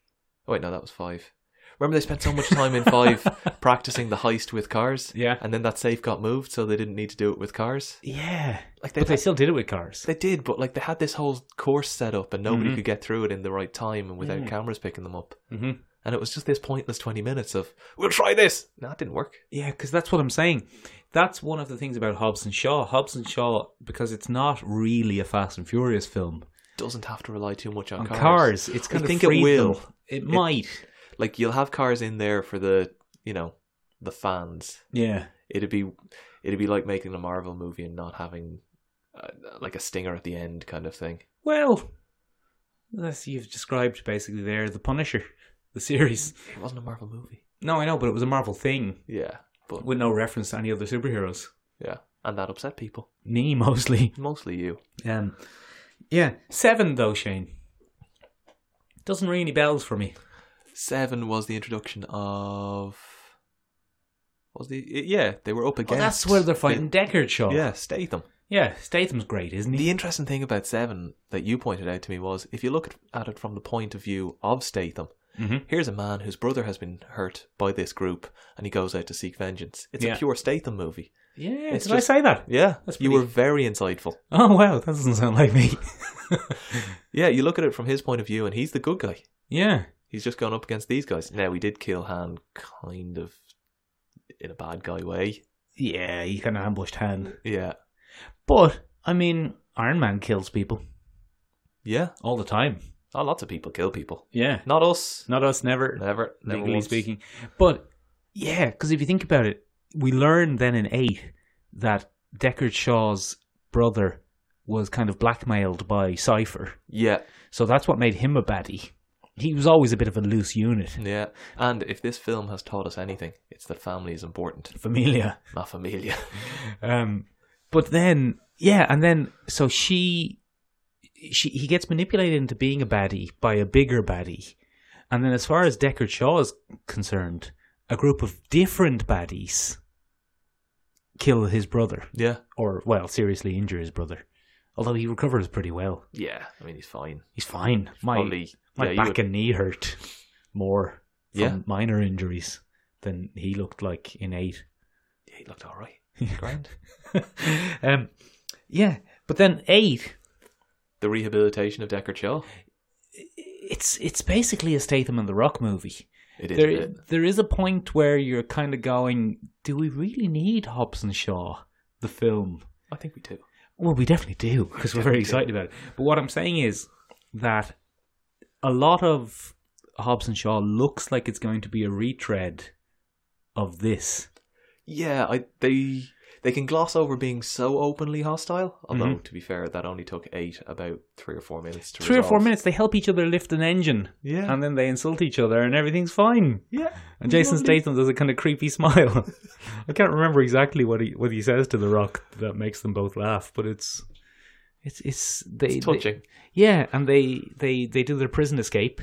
Oh wait, no, that was five. Remember they spent so much time in five practicing the heist with cars, Yeah, and then that safe got moved, so they didn't need to do it with cars. yeah. Like they, But they still did it with cars. they did, but like they had this whole course set up, and nobody Mhm. could get through it in the right time and without Mm. cameras picking them up. hmm And it was just this pointless twenty minutes of we'll try this. No, it didn't work. Yeah, because that's what I'm saying. That's one of the things about Hobbs and Shaw. Hobbs and Shaw, because it's not really a Fast and Furious film. Doesn't have to rely too much on, On cars. it's I kind of think it will. It might. Like you'll have cars in there for the you know the fans. Yeah. it'd be it'd be like making a Marvel movie and not having uh, like a stinger at the end kind of thing. Well, as you've described basically there, the Punisher, the series. It wasn't a Marvel movie. No, I know, but it was a Marvel thing Yeah, but with no reference to any other superheroes. yeah, and that upset people, Me mostly. mostly you. Um, yeah, seven though, Shane. Doesn't ring any bells for me. Seven was the introduction of was the yeah they were up Oh, against. that's where they're fighting Deckard Shaw. The, yeah, Statham. yeah. Statham's great, isn't he? The interesting thing about Seven that you pointed out to me was if you look at, at it from the point of view of Statham, Mhm. here's a man whose brother has been hurt by this group and he goes out to seek vengeance. It's Yeah. a pure Statham movie. Yeah, It's did just- I say that? Yeah, That's you pretty- were very insightful. Oh wow, that doesn't sound like me. Yeah, you look at it from his point of view, and he's the good guy. yeah, He's just gone up against these guys. Now, he did kill Han kind of in a bad guy way. yeah, he kind of ambushed Han. Yeah. But I mean, Iron Man kills people Yeah. all the time. Oh, lots of people kill people. Yeah, Not us. not us, never, Never. never legally once. speaking. But yeah, because if you think about it, we learned then in eight that Deckard Shaw's brother was kind of blackmailed by Cipher, Yeah. so that's what made him a baddie. He was always a bit of a loose unit, Yeah. And if this film has taught us anything, it's that family is important. familia. La familia. Um, but then, yeah, and then so she, she he gets manipulated into being a baddie by a bigger baddie, and then as far as Deckard Shaw is concerned, a group of different baddies kill his brother, Yeah. or well, seriously injure his brother. Although he recovers pretty well, Yeah. I mean, he's fine. he's fine. My Probably. my yeah, you back would- and knee hurt more from Yeah. minor injuries than he looked like in eight. yeah, he looked all right. Grand. um, yeah, but then eight, The rehabilitation of Deckard Shaw. it's it's basically a Statham and the Rock movie. It is. a There, bit. there is a point where you're kind of going, do we really need Hobbs and Shaw, the film? I think we do. Well, we definitely do because we're very excited about it. But what I'm saying is that a lot of Hobbs and Shaw looks like it's going to be a retread of this. Yeah, I they they can gloss over being so openly hostile. Although to be fair, that only took eight about Mm-hmm. three or four minutes to Three or four resolve. minutes, they help each other lift an engine, Yeah, and then they insult each other, and everything's fine. yeah. And Jason Lovely. Statham does a kind of creepy smile. I can't remember exactly what he what he says to The Rock that makes them both laugh, but it's it's it's they It's they- touching. yeah, and they they they do their prison escape.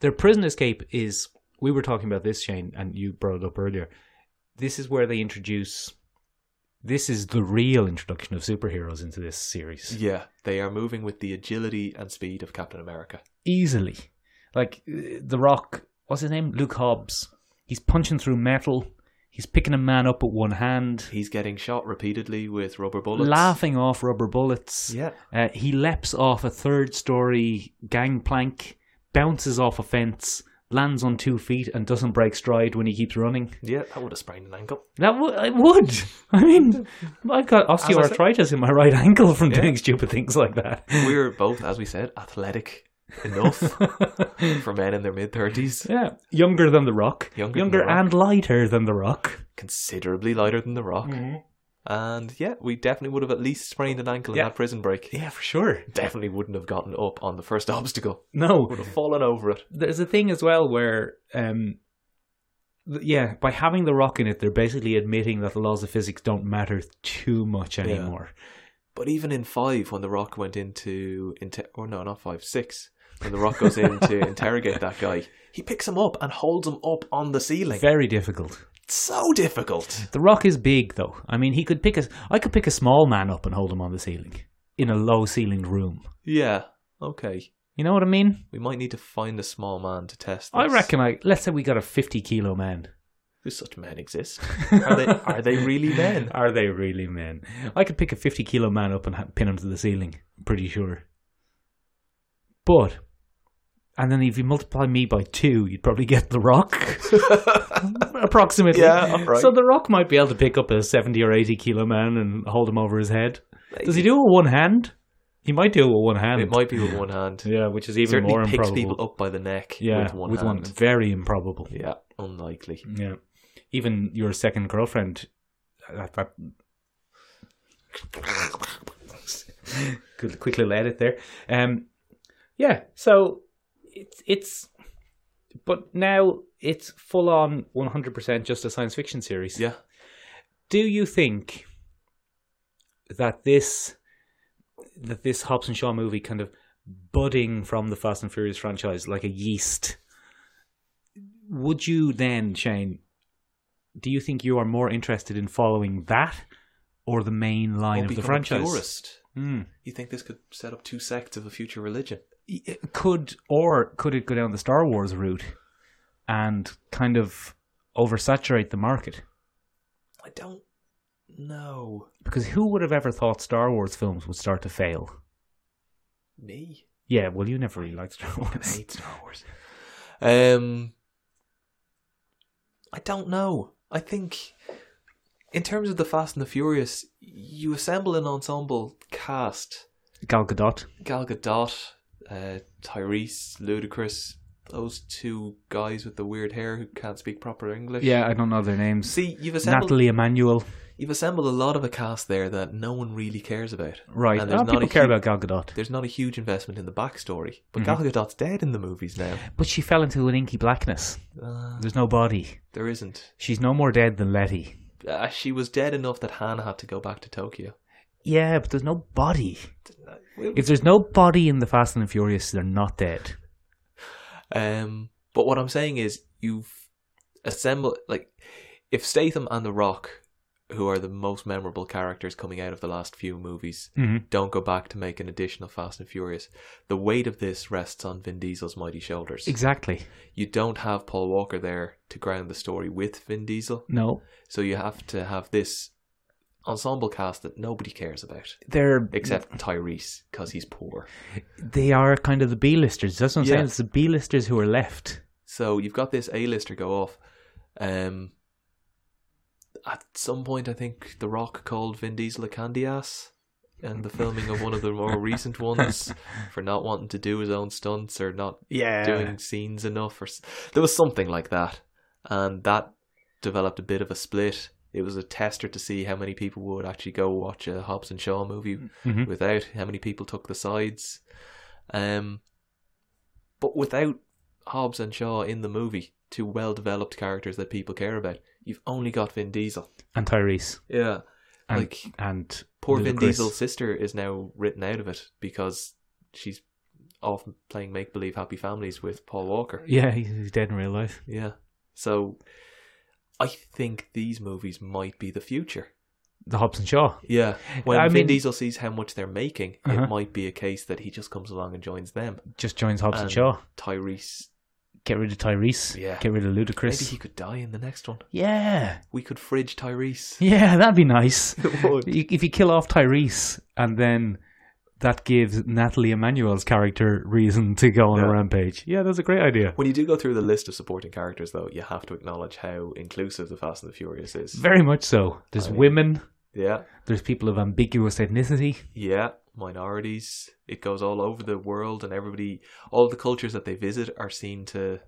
Their prison escape is we were talking about this Shane and you brought it up earlier. This is where they introduce this is the real introduction of superheroes into this series. Yeah, they are moving with the agility and speed of Captain America. easily. Like uh, The Rock, what's his name? Luke Hobbs. He's punching through metal. He's picking a man up with one hand, He's getting shot repeatedly with rubber bullets. laughing off rubber bullets. Yeah, Uh, he leaps off a third story gangplank, bounces off a fence, lands on two feet, and doesn't break stride when he keeps running. yeah. That would have sprained an ankle. That w- I would. I mean, I've got said- osteoarthritis in my right ankle from doing stupid things like that. We're both, as we said, athletic enough for men in their mid thirties. yeah, younger than The Rock, Younger than The younger Rock. and lighter than The Rock. Mm. Considerably lighter than the Rock. And yeah, we definitely would have at least sprained an ankle in Yeah. that prison break. Yeah, for sure. Definitely wouldn't have gotten up on the first obstacle. No, Would have fallen over it. there's a thing as well where, um, th- yeah, by having the rock in it, they're basically admitting that the laws of physics don't matter too much anymore. But even in five, when the Rock went into into or no, not five, six, when the Rock goes in to interrogate that guy, he picks him up and holds him up on the ceiling. Very difficult. It's so difficult. The rock is big, though. I mean, he could pick a. I could pick a small man up and hold him on the ceiling in a low ceilinged room. Yeah. Okay. You know what I mean? We might need to find a small man to test. This. I reckon. I let's say we got a fifty kilo man. Do such men exist? Are they are they really men? Are they really men? I could pick a 50 kilo man up and ha- pin him to the ceiling, I'm pretty sure. But, and then if you multiply me by two, you'd probably get The Rock, approximately. Yeah, all right. So The Rock might be able to pick up a 70 or 80 kilo man and hold him over his head. Does he do it with one hand? He might do it with one hand. It might be with one hand. Yeah, which is even Certainly more picks improbable. people up by the neck yeah, with one hand. Very improbable. Yeah, unlikely. Yeah. Even your second girlfriend. That, that, good, quick little edit there. Um, yeah. So it's it's, but now it's full on one hundred percent just a science fiction series. Yeah. Do you think that this that this Hobbs and Shaw movie kind of budding from the Fast and Furious franchise like a yeast? Would you then, Shane? Do you think you are more interested in following that or the main line Or of the become a franchise? purist. Hmm. You think this could set up two sects of a future religion? It could or could it go down the Star Wars route and kind of oversaturate the market? I don't know. Because who would have ever thought Star Wars films would start to fail? Me? Yeah, well, you never really liked Star I Wars. hate Star Wars. Um, I don't know. I think, in terms of the Fast and the Furious, you assemble an ensemble cast: Gal Gadot. Gal Gadot, uh, Tyrese, Ludacris, those two guys with the weird hair who can't speak proper English. Yeah, I don't know their names. See, you've assembled Natalie Emanuel. you've assembled a lot of a cast there that no one really cares about. Right. And Oh, people a care hu- about Gal Gadot. There's not a huge investment in the backstory, but Mm-hmm. Gal Gadot's dead in the movies now. But she fell into an inky blackness. Uh, There's no body. there isn't. She's no more dead than Letty. Uh, she was dead enough that Hannah had to go back to Tokyo. Yeah, but there's no body. Well, If there's no body in the Fast and the Furious, they're not dead. Um, but what I'm saying is, you've assembled like if Statham and The Rock, who are the most memorable characters coming out of the last few movies, Mhm. don't go back to make an additional Fast and Furious. The weight of this rests on Vin Diesel's mighty shoulders. Exactly. you don't have Paul Walker there to ground the story with Vin Diesel, No. so you have to have this ensemble cast that nobody cares about They're except Tyrese because he's poor. they are kind of the B listers. That's what I'm saying. Yeah. It's the B listers who are left. So you've got this A-lister go off. Um, at some point, I think The Rock called Vin Diesel a candy ass, and the filming of one of the more recent ones for not wanting to do his own stunts or not Yeah. doing scenes enough, or s- there was something like that, and that developed a bit of a split. It was a tester to see how many people would actually go watch a Hobbs and Shaw movie Mhm. without how many people took the sides. Um, but without Hobbs and Shaw in the movie, two well developed characters that people care about, you've only got Vin Diesel. And Tyrese. Yeah. And, like and poor Vin Ludacris. Diesel's sister is now written out of it because she's off playing make believe happy families with Paul Walker. Yeah, he's- he's dead in real life. Yeah. So I think these movies might be the future. The Hobbs and Shaw. Yeah. When I Vin mean- Diesel sees how much they're making, Uh-huh. it might be a case that he just comes along and joins them. Just joins Hobbs and And Shaw. Tyrese, Get rid of Tyrese. Yeah. Get rid of Ludacris. maybe he could die in the next one. Yeah. We could fridge Tyrese. Yeah, that'd be nice. It would. You- if you kill off Tyrese and then that gives Natalie Emanuel's character reason to go on a Yeah. rampage. Yeah, that's a great idea. When you do go through the list of supporting characters, though, you have to acknowledge how inclusive the Fast and the Furious is. Very much so. There's I mean- women, yeah, there's people of ambiguous ethnicity. yeah, minorities. It goes all over the world, and everybody, all the cultures that they visit, are seen to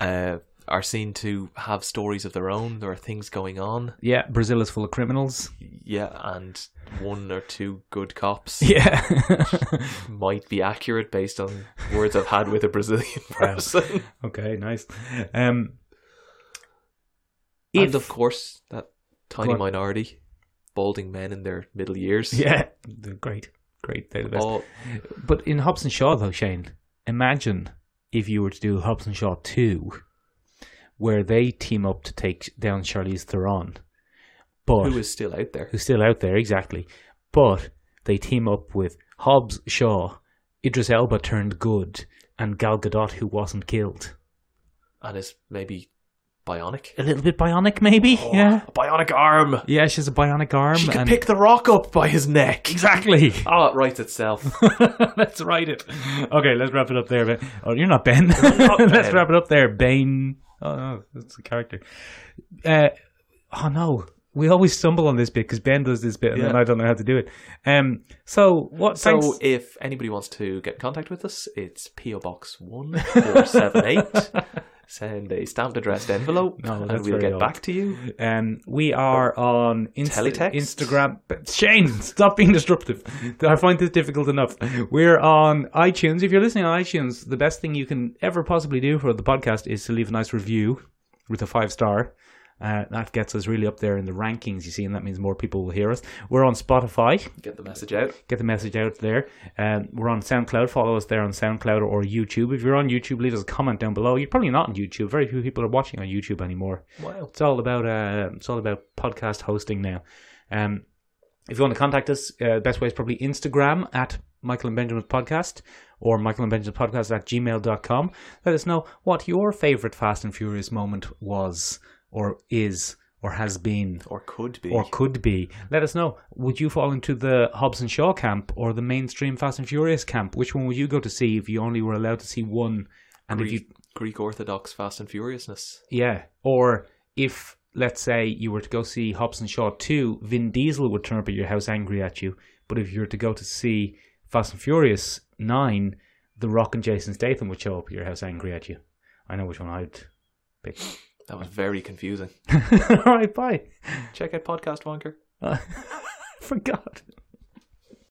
uh, are seen to have stories of their own. There are things going on. Yeah, Brazil is full of criminals. Yeah, and one or two good cops Yeah. might be accurate based on words I've had with a Brazilian Wow. person. okay, nice. Um, and of course, that tiny Go on. minority, balding men in their middle years. Oh, yeah, they're great, great. They're the best. All, But in Hobbs and Shaw, though, Shane, imagine if you were to do Hobbs and Shaw 2, where they team up to take down Charlize Theron, but who is still out there? who's still out there, exactly. But they team up with Hobbs, Shaw, Idris Elba turned good, and Gal Gadot, who wasn't killed. And is maybe bionic? A little bit bionic, maybe? Yeah. A bionic arm. Yeah, she has a bionic arm. Oh. She can and- pick the rock up by his neck. Exactly. Oh, it writes itself. let's write it. Okay, let's wrap it up there. Ben. Oh, you're not Ben. not let's Ben. wrap it up there, Bane. Oh no, that's a character. Uh, oh no, we always stumble on this bit because Ben does this bit and then Yeah. I don't know how to do it. Um, so what? So, thanks- if anybody wants to get in contact with us, it's PO Box one four seven eight. Send a stamped addressed envelope, No, and that's we'll very get odd. back to you. Um, we are on Insta- Teletext? Instagram. But Shane, stop being disruptive. I find this difficult enough. We're on iTunes. If you're listening on iTunes, the best thing you can ever possibly do for the podcast is to leave a nice review with a five star. Uh, that gets us really up there in the rankings, you see, and that means more people will hear us. We're on Spotify Get the message out. get the message out there. Um, we're on SoundCloud. Follow us there on SoundCloud or YouTube. If you're on YouTube, leave us a comment down below. You're probably not on YouTube. Very few people are watching on YouTube anymore. Wow. It's all about uh, it's all about podcast hosting now. Um, if you want to contact us, uh, the best way is probably Instagram at Michael and Benjamin's podcast or Michael and Benjamin's podcast at gmail.com. Let us know what your favorite Fast and Furious moment was or is or has been Or could be. or could be. Let us know. Would you fall into the Hobbs and Shaw camp or the mainstream Fast and Furious camp? Which one would you go to see if you only were allowed to see one? And if Greek, you, Greek Orthodox Fast and Furiousness. yeah, or if let's say you were to go see Hobbs and Shaw two, Vin Diesel would turn up at your house angry at you. But if you were to go to see Fast and Furious nine, The Rock and Jason Statham would show up at your house angry at you. I know which one I'd. That was very confusing. All right, bye. Check out Podcast Wonker. Forgot.